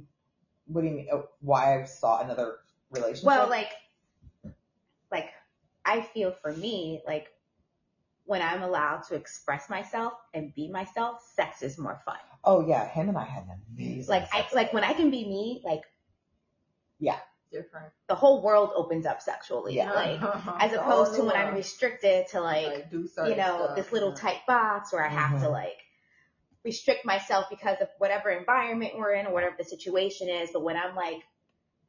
S3: what do you mean? Oh, Why I saw another relationship?
S1: Well, like, like I feel for me, like when I'm allowed to express myself and be myself, sex is more fun.
S3: oh yeah, him and I had an amazing.
S1: Like I like
S3: sex life.
S1: when I can be me, like
S2: different.
S1: the whole world opens up sexually.
S3: Yeah.
S1: Like as
S2: Oh,
S1: opposed to when I'm restricted to like
S2: do
S1: you
S2: certain
S1: know,
S2: stuff,
S1: this little
S2: yeah.
S1: tight box where I have to
S3: Mhm.
S1: like restrict myself because of whatever environment we're in or whatever the situation is. But when I'm like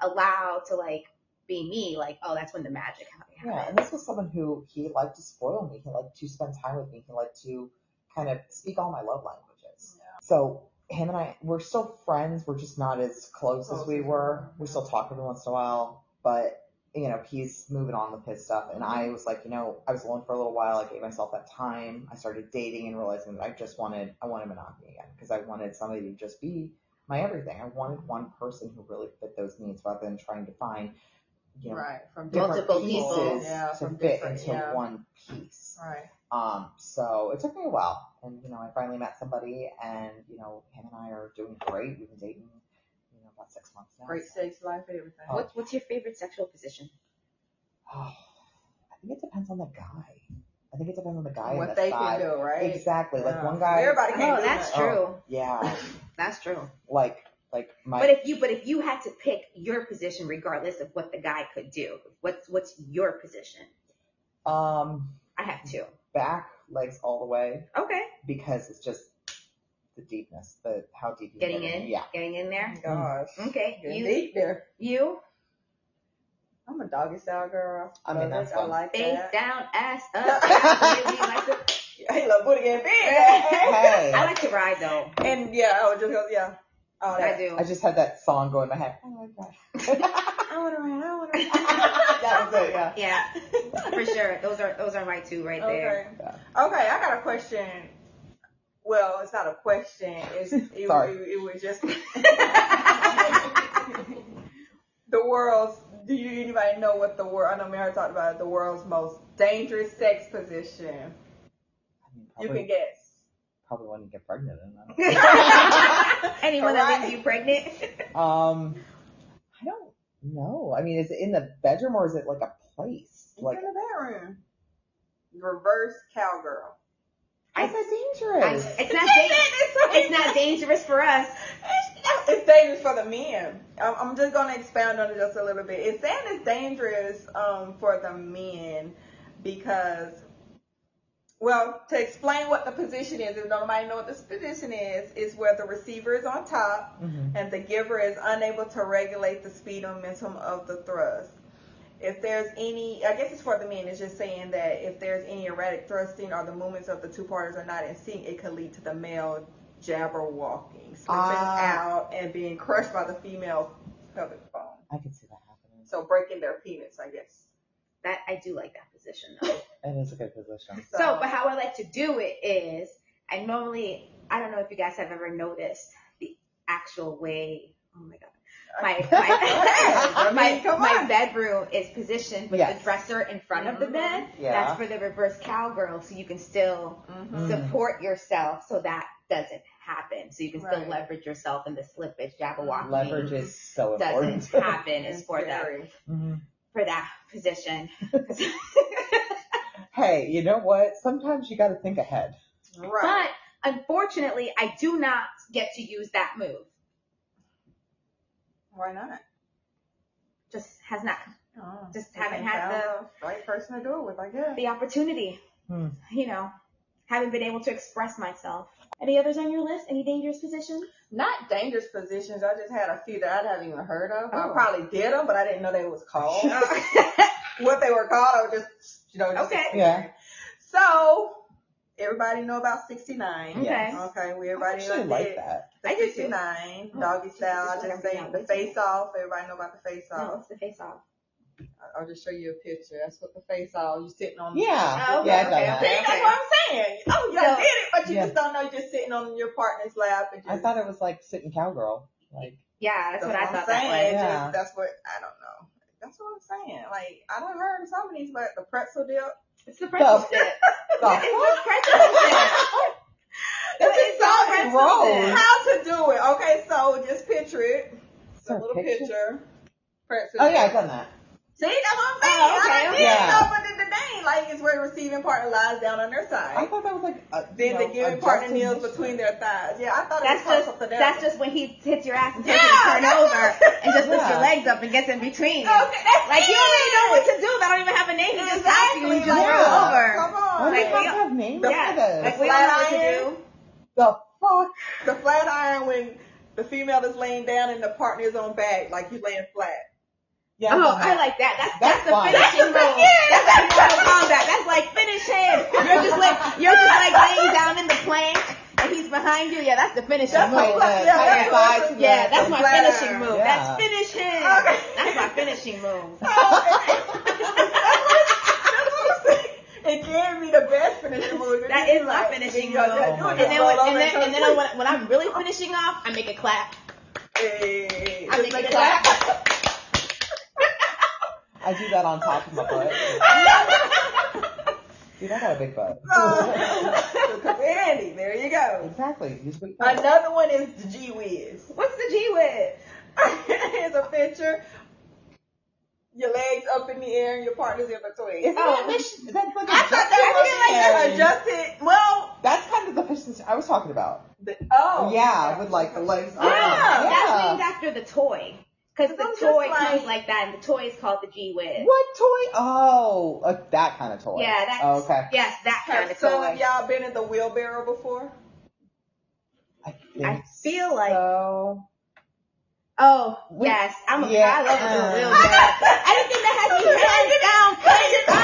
S1: allowed to like be me, like, oh, that's when the magic happens.
S3: Yeah, and this was someone who he liked to spoil me. He liked to spend time with me. He liked to kind of speak all my love languages. So him and I, we're still friends. We're just not as close as
S2: Close
S3: we
S2: as we
S3: were.
S2: were,
S3: We
S2: yeah.
S3: still talk every once in a while, but you know, he's moving on with his stuff. And I was like, you know, I was alone for a little while. I gave myself that time. I started dating and realizing that I just wanted, I wanted monogamy again because I wanted somebody to just be my everything. I wanted one person who really fit those needs rather than trying to find, you know,
S2: Right. From
S3: different
S1: Multiple
S3: pieces
S1: people.
S2: Yeah,
S3: to
S2: from
S3: fit
S2: different-
S3: into
S2: yeah.
S3: one piece.
S2: Right.
S3: Um, so it took me a while, and you know, I finally met somebody, and you know, him and I are doing great. We've been dating, you know, about six months now.
S2: Great sex life, everything.
S1: What's what's your favorite sexual position?
S3: Oh, I think it depends on the guy. I think it depends on the guy and
S2: what
S3: the
S2: they
S3: size.
S2: can do, right?
S3: Exactly. Like
S2: Yeah.
S3: one guy.
S2: Everybody can
S1: Oh,
S2: do
S1: that's
S2: that.
S3: Oh.
S1: true.
S3: Yeah.
S1: That's true.
S3: like like my.
S1: But if you but if you had to pick your position regardless of what the guy could do, what's what's your position?
S3: um,
S1: I have two.
S3: back legs all the way
S1: Okay.
S3: because it's just the deepness, the how deep you
S1: Getting
S3: get
S1: in?
S3: Yeah.
S1: Getting in there?
S2: Gosh.
S1: Okay.
S2: Getting
S1: You
S2: deep Mm-hmm. there.
S1: you
S2: I'm a doggy style girl.
S3: I mean,
S2: Love it.
S3: that's
S2: I
S3: one.
S2: like
S1: face
S2: that.
S1: down, ass up. Baby, like the-
S2: Hey, love booty and big.
S3: Hey.
S1: I like to ride though.
S2: And yeah, I would just go, yeah. Oh,
S1: I
S2: that.
S1: do.
S3: I just had that song go in my head. Oh my gosh.
S2: I want to run. I want to run.
S3: that was it. Yeah.
S1: Yeah, for sure. Those are those are my two right there.
S2: Okay. Okay, I got a question. Well, it's not a question. It's it, it,
S3: Sorry.
S2: it was just the world's. Do you anybody know what the world? I know Mary talked about it, the world's most dangerous sex position.
S3: I mean,
S2: You
S3: probably,
S2: can guess.
S3: probably when you get pregnant. I don't
S1: Anyone that leaves you pregnant?
S3: know. um, I don't know. I mean, is it in the bedroom or is it like a place?
S2: It's
S3: Like,
S2: in the bedroom. Reverse cowgirl.
S3: how's that
S1: I,
S3: dangerous?
S1: it's not dangerous. It's not dangerous for us.
S2: It's dangerous for the men. I'm, I'm just going to expound on it just a little bit. It's saying it's dangerous um, for the men because, well, to explain what the position is, if nobody knows what this position is, is where the receiver is on top
S3: Mhm.
S2: and the giver is unable to regulate the speed or momentum of the thrust. If there's any, I guess it's for the men, it's just saying that if there's any erratic thrusting or the movements of the two parties are not in sync, it could lead to the male jabber walking, slipping
S3: Ah.
S2: out, and being crushed by the female pelvic bone.
S3: I can see that happening.
S2: So breaking their penis, I guess.
S1: That I do like that position though.
S3: It is a good position.
S1: So, but how I like to do it is, I normally, I don't know if you guys have ever noticed the actual way. Oh my god. My my,
S2: I mean,
S1: my,
S2: come
S1: my
S2: on.
S1: bedroom is positioned with
S3: Yes.
S1: the dresser in front of the
S2: Mhm.
S1: bed.
S3: Yeah.
S1: That's for the reverse cowgirl, so you can still
S2: Mhm.
S3: Mm.
S1: support yourself so that doesn't happen. So you can still
S2: Right.
S1: leverage yourself in the slippage, jabberwocky.
S3: Leverage is so
S1: doesn't
S3: important.
S1: happen is for that
S2: Very-
S3: Mhm.
S1: for that position.
S3: Hey, you know what? Sometimes you got to think ahead.
S2: Right.
S1: But unfortunately, I do not get to use that move.
S2: Why not?
S1: Just has not
S2: Oh,
S1: Just
S2: they
S1: haven't
S2: found
S1: had the
S2: the right person to do it with, I guess.
S1: the opportunity.
S3: Hmm.
S1: You know, haven't been able to express myself. Any others on your list? Any dangerous positions?
S2: Not dangerous positions. I just had a few that I haven't even heard of. I
S1: Oh.
S2: probably did them, but I didn't know they was called.
S1: Oh.
S2: what they were called, I was just you know just
S1: Okay.
S3: Yeah.
S2: So everybody know about sixty nine.
S1: Okay.
S2: Okay, we
S3: I
S2: everybody know
S3: actually like that.
S2: The
S1: I do too.
S2: 59,
S1: Oh,
S2: doggy style,
S1: just
S2: just
S1: everything
S2: say
S1: out.
S2: the face off. Everybody know about the face
S1: No,
S2: off.
S1: it's the face off.
S2: I- Mm. I'll just show you a picture. That's what the face off. You sitting on.
S3: Yeah.
S1: Oh, okay,
S3: yeah, I've
S1: okay,
S3: done
S2: See,
S1: okay.
S3: that.
S2: that's what I'm saying. Oh, you
S1: So-
S2: did it, but you
S3: Yeah.
S2: just don't know. You're just sitting on your partner's lap and just.
S3: I thought it was like sitting cowgirl. Like,
S1: Yeah, that's what I
S2: I'm
S1: thought that was.
S2: saying.
S3: was.
S2: Just-
S3: Yeah.
S2: that's what I don't know. That's what I'm saying. Like I don't heard some of these, but the pretzel dip.
S1: It's the pretzel
S3: So-
S1: dip.
S3: the
S1: It's the pretzel dip.
S2: That's
S1: It's
S2: exactly
S1: all pretzel
S3: gross.
S1: dip.
S2: how to do it. Okay, so just picture it. It's a
S3: Is there a
S2: little
S3: picture?
S2: picture. Pretzel.
S3: Oh yeah, I've done that.
S2: See, that's what I'm saying.
S1: Oh, okay,
S2: I did
S1: okay.
S3: Yeah.
S2: stuff, but then the dang, like, it's where the receiving partner lies down on their
S3: I
S2: side.
S3: thought that was like a,
S2: Then
S3: you know,
S2: the
S3: a
S2: giving partner
S3: Justin
S2: kneels
S3: Bieber.
S2: between their thighs. Yeah, I thought
S1: That's
S2: it was
S1: just
S2: closer to that.
S1: that's just when he hits your ass and tells
S2: Yeah,
S1: you to turn
S2: that's
S1: over
S2: what-
S1: and just lifts your
S3: Yeah.
S1: legs up and gets in between. you.
S2: Okay, that's
S1: Like you don't even know what
S2: it.
S1: to do. That don't even have a name. He just stops
S2: exactly.
S1: you and you just
S2: like,
S3: Yeah.
S1: roll over.
S2: Come
S3: Why
S2: on.
S1: Like,
S3: do they have
S1: we-
S3: to have names
S1: yeah. Like
S3: for this?
S1: we don't know what to do.
S3: the fuck?
S2: the flat iron when the female is laying down and the partner is on back, like you laying flat.
S3: Yeah. I've
S1: Oh,
S3: done
S1: I
S3: that.
S1: like that. That's that's,
S3: That's
S1: the
S3: fine.
S1: finishing move.
S2: That's the- yeah.
S1: That's like Mortal Kombat. That's like finish him. You're just like you're just like laying down in the plank and he's behind you. Yeah, that's the finishing
S2: That's
S1: move.
S2: my
S3: Move
S2: flat.
S3: it,
S2: Yeah,
S1: high
S2: that's what-
S3: five to
S1: yeah,
S3: the-
S1: that's
S2: the
S1: my
S2: flat
S1: finishing
S2: iron.
S1: move.
S3: Yeah.
S1: That's finish him.
S2: Okay. Oh,
S1: That's my finishing move.
S2: it can be the best finishing move. It's
S1: That
S2: just
S1: is my
S2: like,
S1: finishing
S2: you know,
S1: move.
S2: just do it,
S3: And
S2: just
S1: And then,
S2: roll
S1: when, and
S2: over
S1: then,
S2: and
S1: and then
S2: come
S1: when, when I'm really finishing off, I make a clap.
S2: to- Hey,
S1: I
S2: just
S1: make
S2: like
S1: a
S2: that.
S1: clap.
S3: I do that on top of my butt. Dude, I got a big butt.
S1: Oh.
S2: So, Vandy, there you go.
S3: exactly. Use what you got.
S2: Another one is the G Wiz.
S1: What's the G with?
S2: Here's a picture. Your legs up in the air and your partner's in between.
S3: Is that
S1: Oh.
S3: fish? Is that like a
S2: I thought that was like that's adjusted. Well,
S3: That's kind of the fish that I was talking about.
S2: the, oh
S3: yeah, with like the legs.
S1: Oh,
S2: Yeah.
S3: up.
S1: That's
S3: yeah.
S1: named after the toy. Because the
S2: I'm just
S1: toy
S2: like-
S1: comes like that, and the toy is called the G with.
S3: What toy? Oh, uh, that kind of toy.
S1: Yeah, that's
S3: Oh, okay.
S1: yes, that kind
S2: Have
S1: of
S2: some of
S1: toy.
S2: y'all been in the wheelbarrow before?
S3: I think
S1: I feel like
S3: so.
S1: oh
S3: We-
S1: yes, I'm a
S3: Yeah.
S1: I love a good real
S3: Uh.
S1: bad. I didn't think that had me hands down, face up,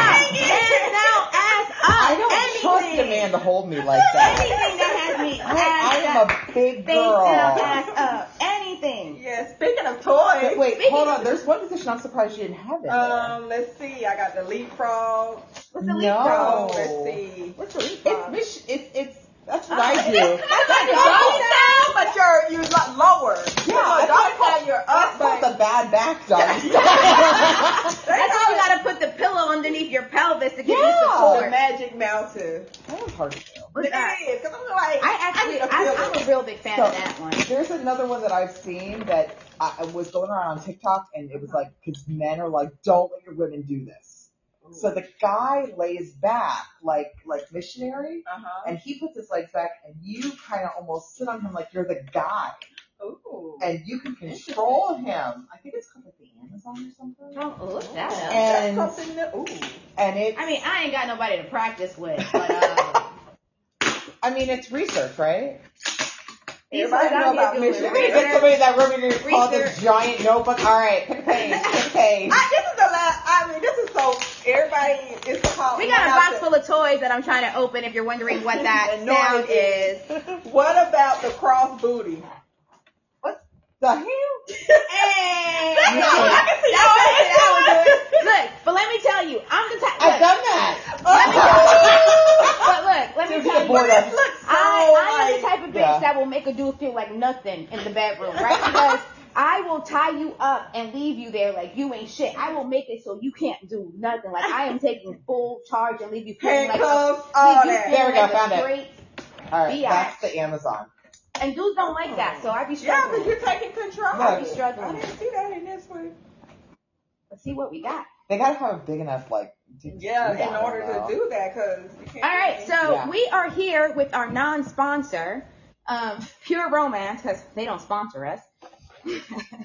S1: hands down, ass up,
S3: I don't trust a
S1: anything.
S3: man to hold me like that.
S1: Anything that has me
S3: I,
S1: ass
S3: I
S1: up,
S3: am a
S1: face
S3: big
S1: down,
S3: girl.
S1: ass up, anything.
S2: Yeah, speaking of toys.
S3: But wait,
S1: Speaking
S3: hold on.
S1: of-
S3: There's one position I'm surprised you didn't have in there.
S2: Um, let's see. I got the leapfrog.
S1: What's the
S3: No.
S1: leapfrog?
S2: Oh, let's see.
S1: What's the leapfrog?
S3: it's mish. It's it's. That's what
S1: Uh,
S3: I do.
S1: it's-
S2: That's like
S1: That's
S2: doggy
S1: right.
S2: style, but you're you're like lower.
S3: I
S2: so doggy
S3: thought-
S2: style you're
S3: That's
S2: up,
S3: called
S2: but
S3: the bad back doggy style.
S1: That's why you gotta put the pillow underneath your pelvis to give you
S3: Yeah.
S2: the
S1: support.
S2: magic mountain.
S3: that was hard to do.
S1: What's
S2: It
S1: that?
S2: is, 'cause I'm like,
S1: I actually,
S2: I need to
S1: I,
S2: feel
S1: I'm
S2: it.
S1: a real big fan
S3: So-
S1: of that one.
S3: There's another one that I've seen that I I was going around on TikTok, and it was like, because men are like, don't let your women do this. So the guy lays back like like missionary,
S2: uh-huh.
S3: and he puts his legs back, and you kind of almost sit on him like you're the guy,
S2: Ooh.
S3: and you can control him. I think it's called like the Amazon or something.
S1: Don't look that up.
S3: And-
S2: that's something that, ooh.
S3: And it,
S1: I mean, I ain't got nobody to practice with, but uh,
S3: I mean, it's research, right?
S1: these
S2: Everybody
S1: ones
S2: know
S1: out
S2: about
S1: here doing
S2: missionary.
S3: You're gonna get somebody in that room and you're gonna call this
S1: Research.
S3: giant notebook. All right, pick a page, pick a page.
S2: I, this is the last. I mean, this is so everybody is called.
S1: We got a box full of toys that I'm trying to open. If you're wondering what that
S2: And no
S1: sound
S2: idea.
S1: is,
S2: What about the cross booty?
S3: The hell?
S1: hey,
S2: I can see
S1: That was it.
S2: your face.
S1: That was it. Look, but let me tell you, I'm the type. Look,
S3: I've done that.
S2: Oh,
S1: but look, let me
S3: Dude,
S1: tell
S3: get
S1: you.
S3: bored
S2: This looks so
S1: I, I am the
S2: Oh, like.
S1: type of bitch
S3: Oh, Yeah.
S1: that will make a dude feel like nothing in the bedroom, right? Because I will tie you up and leave you there like you ain't shit. I will make it so you can't do nothing. Like I am taking full charge and leave you feeling like a,
S2: handcuffs, all
S1: leave you
S2: that.
S3: There we
S1: feeling
S3: go,
S1: like a
S3: found it.
S1: straight.
S3: All right,
S1: Yeah.
S3: that's the Amazon.
S1: And dudes don't like that, so I be
S2: Yeah,
S1: struggling.
S2: but you're taking control.
S3: No.
S1: I be
S2: I
S1: struggling.
S2: didn't see that in this one.
S1: Let's see what we got.
S3: They gotta have a big enough like. deep-
S2: Yeah,
S3: I
S2: in
S3: don't
S2: order
S3: know.
S2: to do that, because.
S1: All right, so
S3: Yeah.
S1: we are here with our non-sponsor, um, Pure Romance, because they don't sponsor us.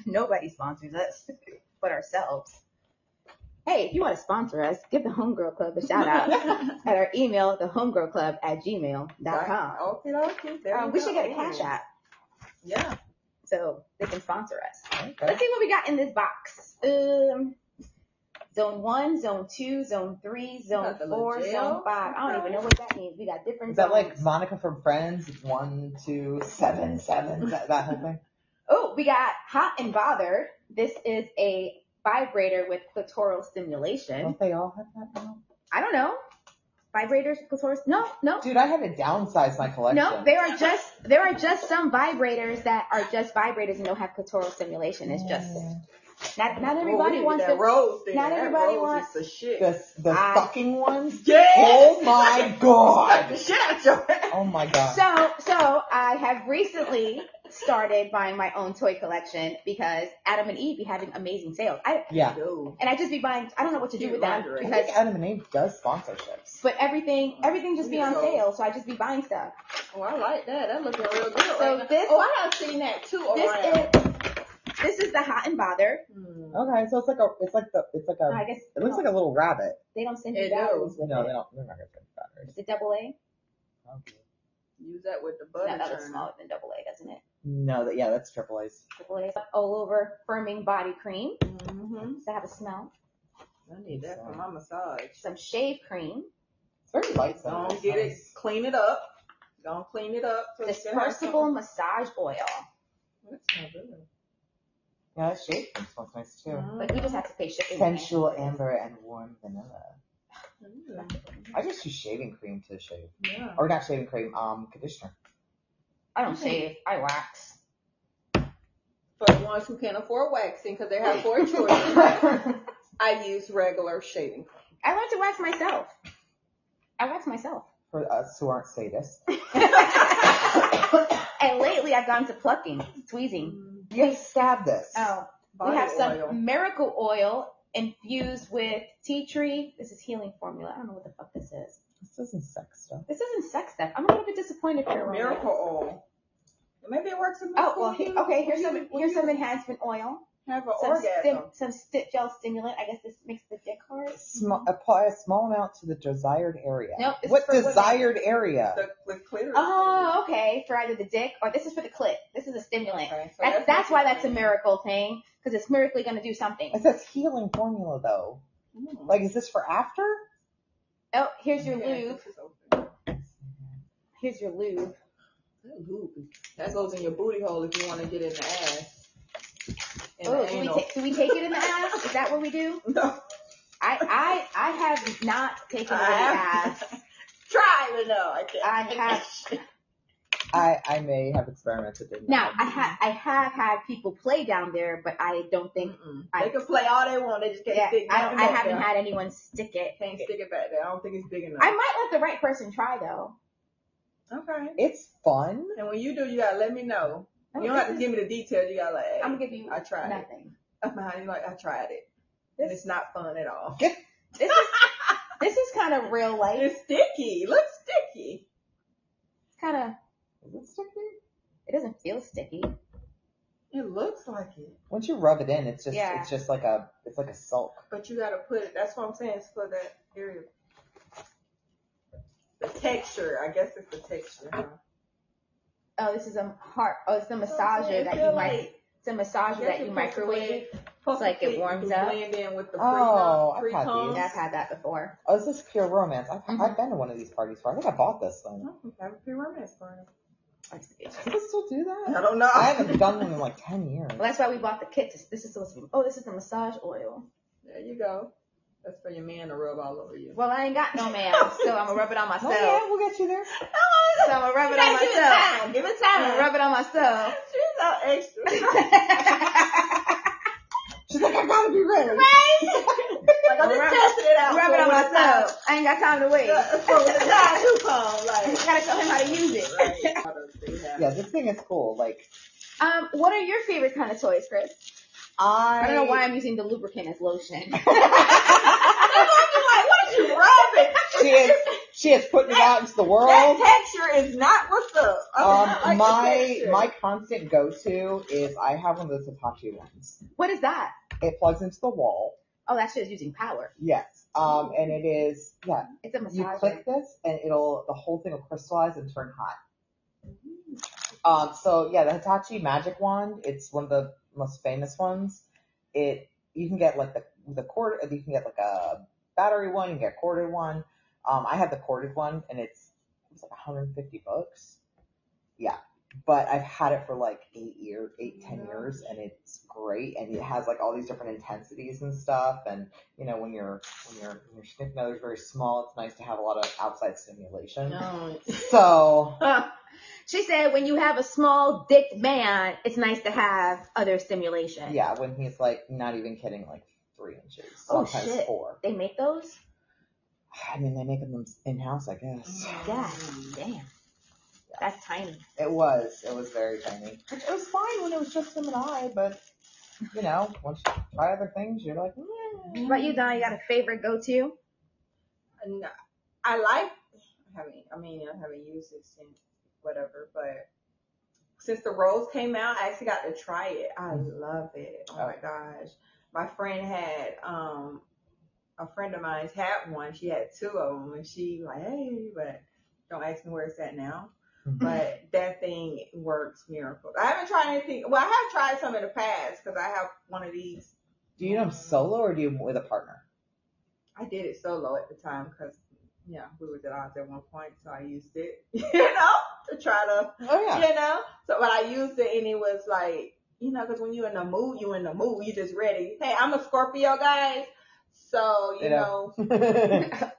S1: Nobody sponsors us but ourselves. hey, if you want to sponsor us, give the Homegirl Club a shout out at our email, thehomegirlclub at gmail.com.
S2: Okay, okay. Oh, There
S1: Um,
S2: you
S1: we
S2: go.
S1: should get a cash app
S2: Yeah.
S1: so they can sponsor us. Let's
S3: Okay.
S1: see what we got in this box. Um, zone one, zone two, zone three, zone
S2: got the
S1: four,
S2: legit.
S1: zone five. I don't even know what that means. We got different
S3: Is that like
S1: zones.
S3: Monica from Friends? One, two, seven, seven. That, that whole thing.
S1: Oh, we got hot and bothered. This is a vibrator with clitoral stimulation.
S3: Don't they all have that now?
S1: I don't know. Vibrators, clitoris? No, no.
S3: Dude, I had to downsize my collection.
S1: No, there are just there are just some vibrators that are just vibrators and don't have clitoral stimulation. It's just
S3: Mm.
S1: not not everybody
S2: Well, we
S1: wants
S2: need that
S1: to.
S2: rose thing.
S1: not
S2: That
S1: everybody
S2: rose
S1: wants-
S2: is the shit.
S3: the the
S1: I-
S3: fucking ones.
S2: Yes!
S3: Oh my god.
S2: Suck the shit out your ass.
S3: Oh my god.
S1: So, so I have recently started buying my own toy collection because Adam and Eve be having amazing sales. I
S3: yeah.
S2: Dude.
S1: and I just be buying. I don't know what to do
S2: Cute
S1: with them
S2: lingerie.
S3: I
S1: because
S3: think Adam and Eve does sponsorships.
S1: but everything everything just be on
S2: Yeah.
S1: sale, so I just be buying stuff.
S2: Oh, I like that. That looking real good.
S1: So
S2: right now.
S1: this-
S2: oh, I have seen that too
S1: This
S2: around.
S1: is Oh, this is the hot and bothered.
S2: Hmm.
S3: Okay, so it's like a, it's like the, it's like
S1: I
S3: a,
S1: guess
S3: Um, it looks like a little rabbit.
S1: they don't send
S2: It
S1: you batteries
S2: do.
S1: with
S3: No,
S1: it.
S3: they don't. They're not gonna put batteries.
S1: Is it double A?
S2: Use that with the
S1: No,
S2: butter
S1: that looks
S2: churner.
S1: smaller than double A, doesn't it?
S3: No, that yeah, that's triple A's.
S1: Triple A all over firming body cream
S2: Mm-hmm.
S1: to have a smell.
S2: I need that for my massage.
S1: Some shave cream.
S3: It's very light. though.
S2: Don't
S3: It's
S2: get it.
S3: nice.
S2: Clean it up. Don't clean it up. so it's gonna have
S1: Dispersible massage oil.
S2: some- That smell good. Mm-hmm.
S3: Yeah, that shade cream smells nice too.
S1: But we just have to pay shipping. on it.
S3: Sensual amber and warm vanilla.
S2: Mm.
S3: I just use shaving cream to shave,
S2: Yeah.
S3: or not shaving cream, um, conditioner.
S1: I don't shave. I wax.
S2: For the ones who can't afford waxing, because they have four choices,
S3: I
S2: I use regular shaving. cream.
S1: I like to wax myself. I wax myself.
S3: For us who aren't sadists.
S1: and lately, I've gone to plucking, tweezing.
S3: Yes, stab this.
S1: Oh, we
S2: Body
S1: have some
S2: oil.
S1: miracle oil infused with tea tree. This is healing formula. I don't know what the fuck this is.
S3: This isn't sex stuff.
S1: This isn't sex stuff. I'm a little bit disappointed for Romeo.
S2: Oh, Miracle oil. Maybe it works in
S1: Oh well,
S2: when
S1: he,
S2: you-
S1: okay. Here's
S2: when
S1: some
S2: you- when
S1: here's
S2: you
S1: some enhancement oil,
S2: Have an
S1: some stim,
S2: orgasm.
S1: some sti- gel stimulant. I guess this makes the dick hard.
S3: Small, apply a small amount to the desired area.
S1: Nope, this is
S3: what
S1: for women.
S3: desired area?
S2: The, the clitoris.
S1: Oh, okay. For either the dick or this is for the clit. This is a stimulant.
S2: Okay, so
S1: That's that's why that's a
S2: what
S1: miracle thing because it's miraculously gonna do something.
S3: It says healing formula though.
S2: you're doing.
S3: Like, is this for after?
S1: Oh, here's your
S2: Yeah,
S1: lube.
S2: this is okay.
S1: Here's your lube.
S2: That lube. That goes in your booty hole if you want to get in the ass. In
S1: Oh,
S2: the
S1: do we,
S2: anal.
S1: ta- do we take it in the ass? Is that what we do?
S2: no.
S1: I I I have not taken it in the ass.
S2: Try to know. I can't.
S1: I have
S3: I I may have experimented in that.
S1: now. I have I have had people play down there, but I don't think.
S2: Mm-mm.
S1: I-
S2: they can play all they want. They just can't
S1: Yeah,
S2: stick.
S1: I don't. I
S2: nothing back
S1: haven't
S2: there.
S1: had anyone stick it.
S2: Can't stick it back there. I don't think it's big enough.
S1: I might let the right person try though.
S2: okay.
S3: It's fun.
S2: And when you do, you gotta let me know.
S1: I'm
S2: You don't
S1: gonna-
S2: have to give me the details. You gotta like, hey,
S1: I'm gonna give you
S2: I tried it.
S1: nothing.
S2: I'm behind you like I tried it. And it's not fun at all.
S1: This is this is kind of real life.
S2: It's sticky. It looks sticky.
S1: It's kind of.
S3: Is it sticky?
S1: It doesn't feel sticky.
S2: It looks like it.
S3: Once you rub it in, it's just
S1: Yeah.
S3: it's just like a it's like a sulk.
S2: But you gotta put it. That's what I'm saying. It's for that area. The texture. I guess it's the texture. Huh?
S1: Oh, this is a heart. Oh, it's the massager that you might. It's a massager that you microwave.
S2: It's
S1: like it warms up.
S2: Blend in with the
S3: Oh,
S2: pre
S3: I've had
S2: pre-combs.
S1: Yeah, I've had that before.
S3: Oh, is this pure romance? I've,
S1: Mhm.
S3: I've been to one of these parties before. I think I bought this
S1: Mm-hmm.
S3: thing.
S2: Oh, Have a pre-romance party.
S1: That's good.
S3: Do they still do that?
S2: I don't know.
S3: I haven't done one in like ten years.
S1: Well, that's why we bought the kit. This- This is supposed to be. Oh, this is the massage oil.
S2: There you go. That's for your man to rub all over you.
S1: Well, I ain't got no man, so I'm gonna rub it on myself.
S3: Oh yeah, we'll get you there.
S1: So I'm gonna rub it
S2: You
S1: on
S2: gotta give it
S1: myself.
S2: time. Give it
S1: I'm gonna rub it on myself.
S2: She's so extra.
S3: She's like, I gotta be ready.
S2: like I'm just
S1: Rub-
S2: testing it out.
S1: rub it
S2: for
S1: on
S2: when it's time.
S1: myself. I ain't got time to wait.
S2: Yeah, For when it's time to come, like.
S1: I gotta show him how to use it.
S3: Yeah, this thing is cool. Like
S1: Um, what are your favorite kind of toys, Chris?
S3: I
S1: I don't know why I'm using the lubricant as lotion.
S2: Like, what you rubbing?
S3: she is she is putting it out into the world.
S2: That texture is not what's up. I do not
S3: Oh. Um,
S2: like the
S3: my
S2: texture.
S3: my constant go to is I have one of those Hitachi ones.
S1: what is that?
S3: It plugs into the wall,
S1: Oh, that's just using power.
S3: Yes. Um, and it is, yeah,
S1: It's a
S3: you
S1: massage.
S3: click this and it'll, the whole thing will crystallize and turn hot. Um, so yeah, the Hitachi magic wand, it's one of the most famous ones. It, you can get like the, the cord, you can get like a battery one, you can get a corded one. Um, I have the corded one and it's, it's like 150 bucks. Yeah. But I've had it for like eight years, eight, ten years, and it's great. And it has like all these different intensities and stuff. And you know, when you're when you're when your sniff nose is very small, it's nice to have a lot of outside stimulation.
S2: No.
S3: So
S1: she said, when you have a small dick man, it's nice to have other stimulation.
S3: yeah, when he's like not even kidding, like three inches,
S1: Oh,
S3: sometimes
S1: shit.
S3: four.
S1: They make those?
S3: I mean, they make them in house, I guess.
S1: Yeah. Damn. That's tiny.
S3: It was, it was very tiny. Which it was fine when it was just him and I, but you know, once you try other things, you're like, "Mm."
S1: What about Mm. you, Donna? You got a favorite go-to?
S2: And I like I haven't I mean I haven't used it since whatever, but since the rose came out, I actually got to try it. I love it. Oh my gosh. My friend had um a friend of mine's had one. She had two of them and she like, hey, but don't ask me where it's at now.
S3: Mm-hmm.
S2: But that thing works miracles. I haven't tried anything. Well, I have tried some in the past because I have one of these.
S3: do you know him solo or do you with a partner?
S2: I did it solo at the time because, yeah, we was at odds at one point, so I used it, you know, to try to,
S3: Oh yeah.
S2: you know. So, but I used it and it was like, you know, because when you're in the mood, you in the mood, you just ready. Hey, I'm a Scorpio, guys. So, you
S3: You know.
S2: know,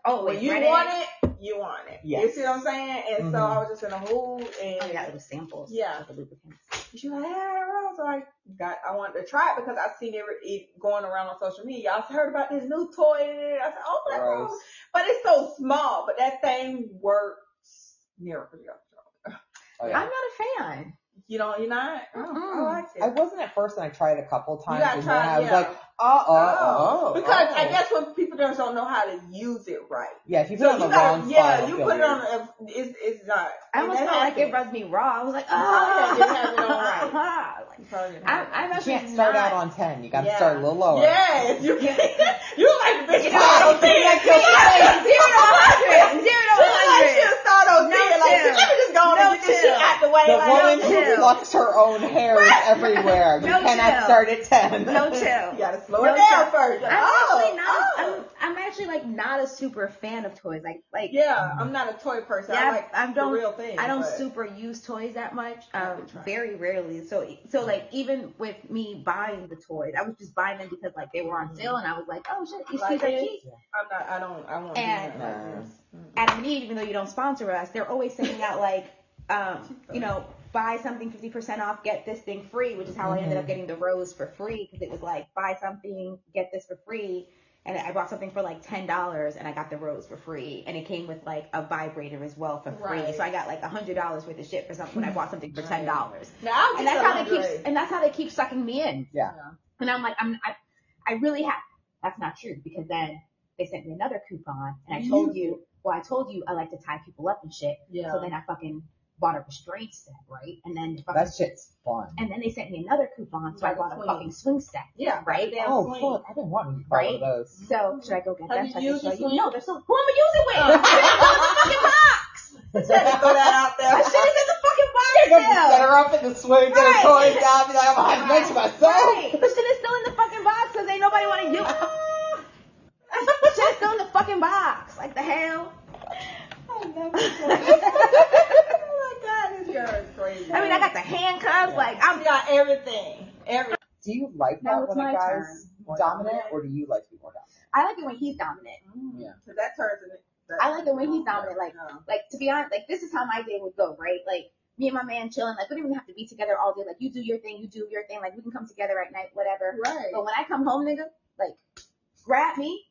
S1: Oh,
S2: when you
S1: ready?
S2: want it, you want it. You
S3: Yes.
S2: see what I'm saying? And so
S3: Mhm.
S2: I was just in the mood
S1: Oh, you got
S2: and
S1: little samples.
S2: Yeah.
S1: of the lubricants.
S2: she was like, hey, I don't know. So I got, I wanted to try it because I seen it, it going around on social media. I heard about this new toy. and I said, oh my God.
S3: Gross.
S2: But it's so small, but that thing works miracle.
S3: Oh,
S1: I'm
S3: yeah.
S1: not a fan.
S2: You know, you're not? I don't- I
S1: Mm-mm.
S2: liked it.
S3: I wasn't at first, and I tried a couple times,
S2: gotta
S3: and
S2: try
S3: then
S2: it,
S3: I was
S2: yeah.
S3: like, oh, oh, oh.
S2: because
S3: oh.
S2: I guess when people just don't know how to use it right.
S3: Yeah, if you put
S2: So
S3: it on
S2: you
S3: the
S2: got,
S3: wrong
S2: yeah,
S3: side,
S2: you
S3: it'll feel
S2: put it
S3: weird.
S2: on, a, it's, it's not.
S1: I almost
S2: And
S1: felt
S2: that
S1: like it
S2: happened.
S1: rubbed me raw. I was like,
S2: Oh, yeah, you have it all right.
S1: ah. Like,
S2: You probably didn't
S1: I'm,
S2: have it.
S1: I'm
S3: You
S1: actually
S3: can't start
S1: not-
S3: out on 10. You gotta
S2: Yeah.
S3: start a little lower.
S2: Yes, you can. you like the bitch.
S1: You
S2: You
S1: know,
S2: I
S1: I Zero to a
S2: don't think that
S1: hundred. Zero to a
S2: She
S1: hundred.
S2: just thought I was
S1: No
S2: dead. Like,
S1: chill.
S2: let me just go on
S1: No
S2: and get this shit
S1: chill.
S2: out the way.
S3: The
S2: like,
S3: woman
S1: no
S3: who
S1: chill.
S3: plucks her own hair is everywhere. You
S1: No
S3: cannot
S1: chill.
S3: start at 10.
S1: No
S2: you
S1: chill.
S2: gotta slow
S1: No
S2: it down
S1: chill.
S2: first.
S1: I'm
S2: oh,
S1: actually not.
S2: oh.
S1: I'm, I'm actually like not a super fan of toys. Like like
S2: yeah, I'm not a toy person.
S1: Yeah,
S2: I like
S1: I don't-
S2: the real thing.
S1: I don't
S2: but-
S1: super use toys that much.
S2: I
S1: Um,
S2: could try.
S1: very rarely. So so like even with me buying the toys, I was just buying them because like they were on sale and I was like, oh shit, these
S2: Mm-hmm. Like
S1: things are
S2: this?
S1: cheap.
S2: I'm not. I don't. I won't
S1: And-
S2: do that. Like this.
S3: Mm.
S1: Adam and Eve, even though you don't sponsor us, they're always sending out like, um, you know, buy something 50% off, get this thing free, which is how I ended up getting the rose for free because it was like, buy something, get this for free. And I bought something for like $10 and I got the rose for free. And it came with like a vibrator as well for free.
S2: Right.
S1: So I got like $100 worth of shit for something when I bought something for $10.
S2: Now, I'll
S1: And
S2: get
S1: that's
S2: the
S1: how they keep,
S2: lingerie.
S1: and that's how they keep sucking me in.
S3: Yeah.
S1: And I'm like, I'm, I, I really have. That's not true because then they sent me another coupon and I
S2: Mm-hmm.
S1: told you, well, I told you I like to tie people up and shit.
S2: Yeah.
S1: So then I fucking bought a restraint set, right? And then fucking,
S3: That shit's fun.
S1: and then they sent me another coupon, so I
S2: Like a
S1: bought a
S2: swing.
S1: fucking swing set,
S2: Yeah.
S1: right?
S2: Yeah.
S3: oh,
S2: swing.
S3: fuck. I've been wanting to try one of those.
S1: So should I go get
S2: Have
S1: them?
S2: you
S1: So I can
S2: used
S1: show
S2: the
S1: you?
S2: swing?
S1: No, they're so. Who am I using with?
S2: Oh,
S1: They're still in the fucking box.
S2: Throw that out
S1: My
S2: there.
S1: shit is in the fucking box
S3: Set
S1: still.
S3: her up in the swing, get her
S1: Right.
S3: toys out, be like, I'm gonna bench myself.
S1: Right. But shit is still in the fucking box because ain't nobody want to do it. shit is still in the fucking box. Like the hell?
S2: I love
S1: I
S2: Oh my god, this girl is crazy.
S1: mean, I got the handcuffs. Like,
S2: I've
S1: I'm.
S2: got everything. Everything.
S3: Do you like
S1: Now
S3: that
S1: it's
S3: when a
S1: my
S3: guy's
S1: turn.
S3: dominant, or do you like to be more dominant?
S1: I like it when he's dominant.
S3: Mm, Yeah.
S2: Cause that turns Oh it. that-
S1: I like it when he's dominant. Like,
S2: No.
S1: like to be honest, like this is how my day would go, right? Like me and my man chilling. Like we don't even have to be together all day. Like you do your thing, you do your thing. Like we can come together at night, whatever.
S2: Right.
S1: But when I come home, nigga, like grab me,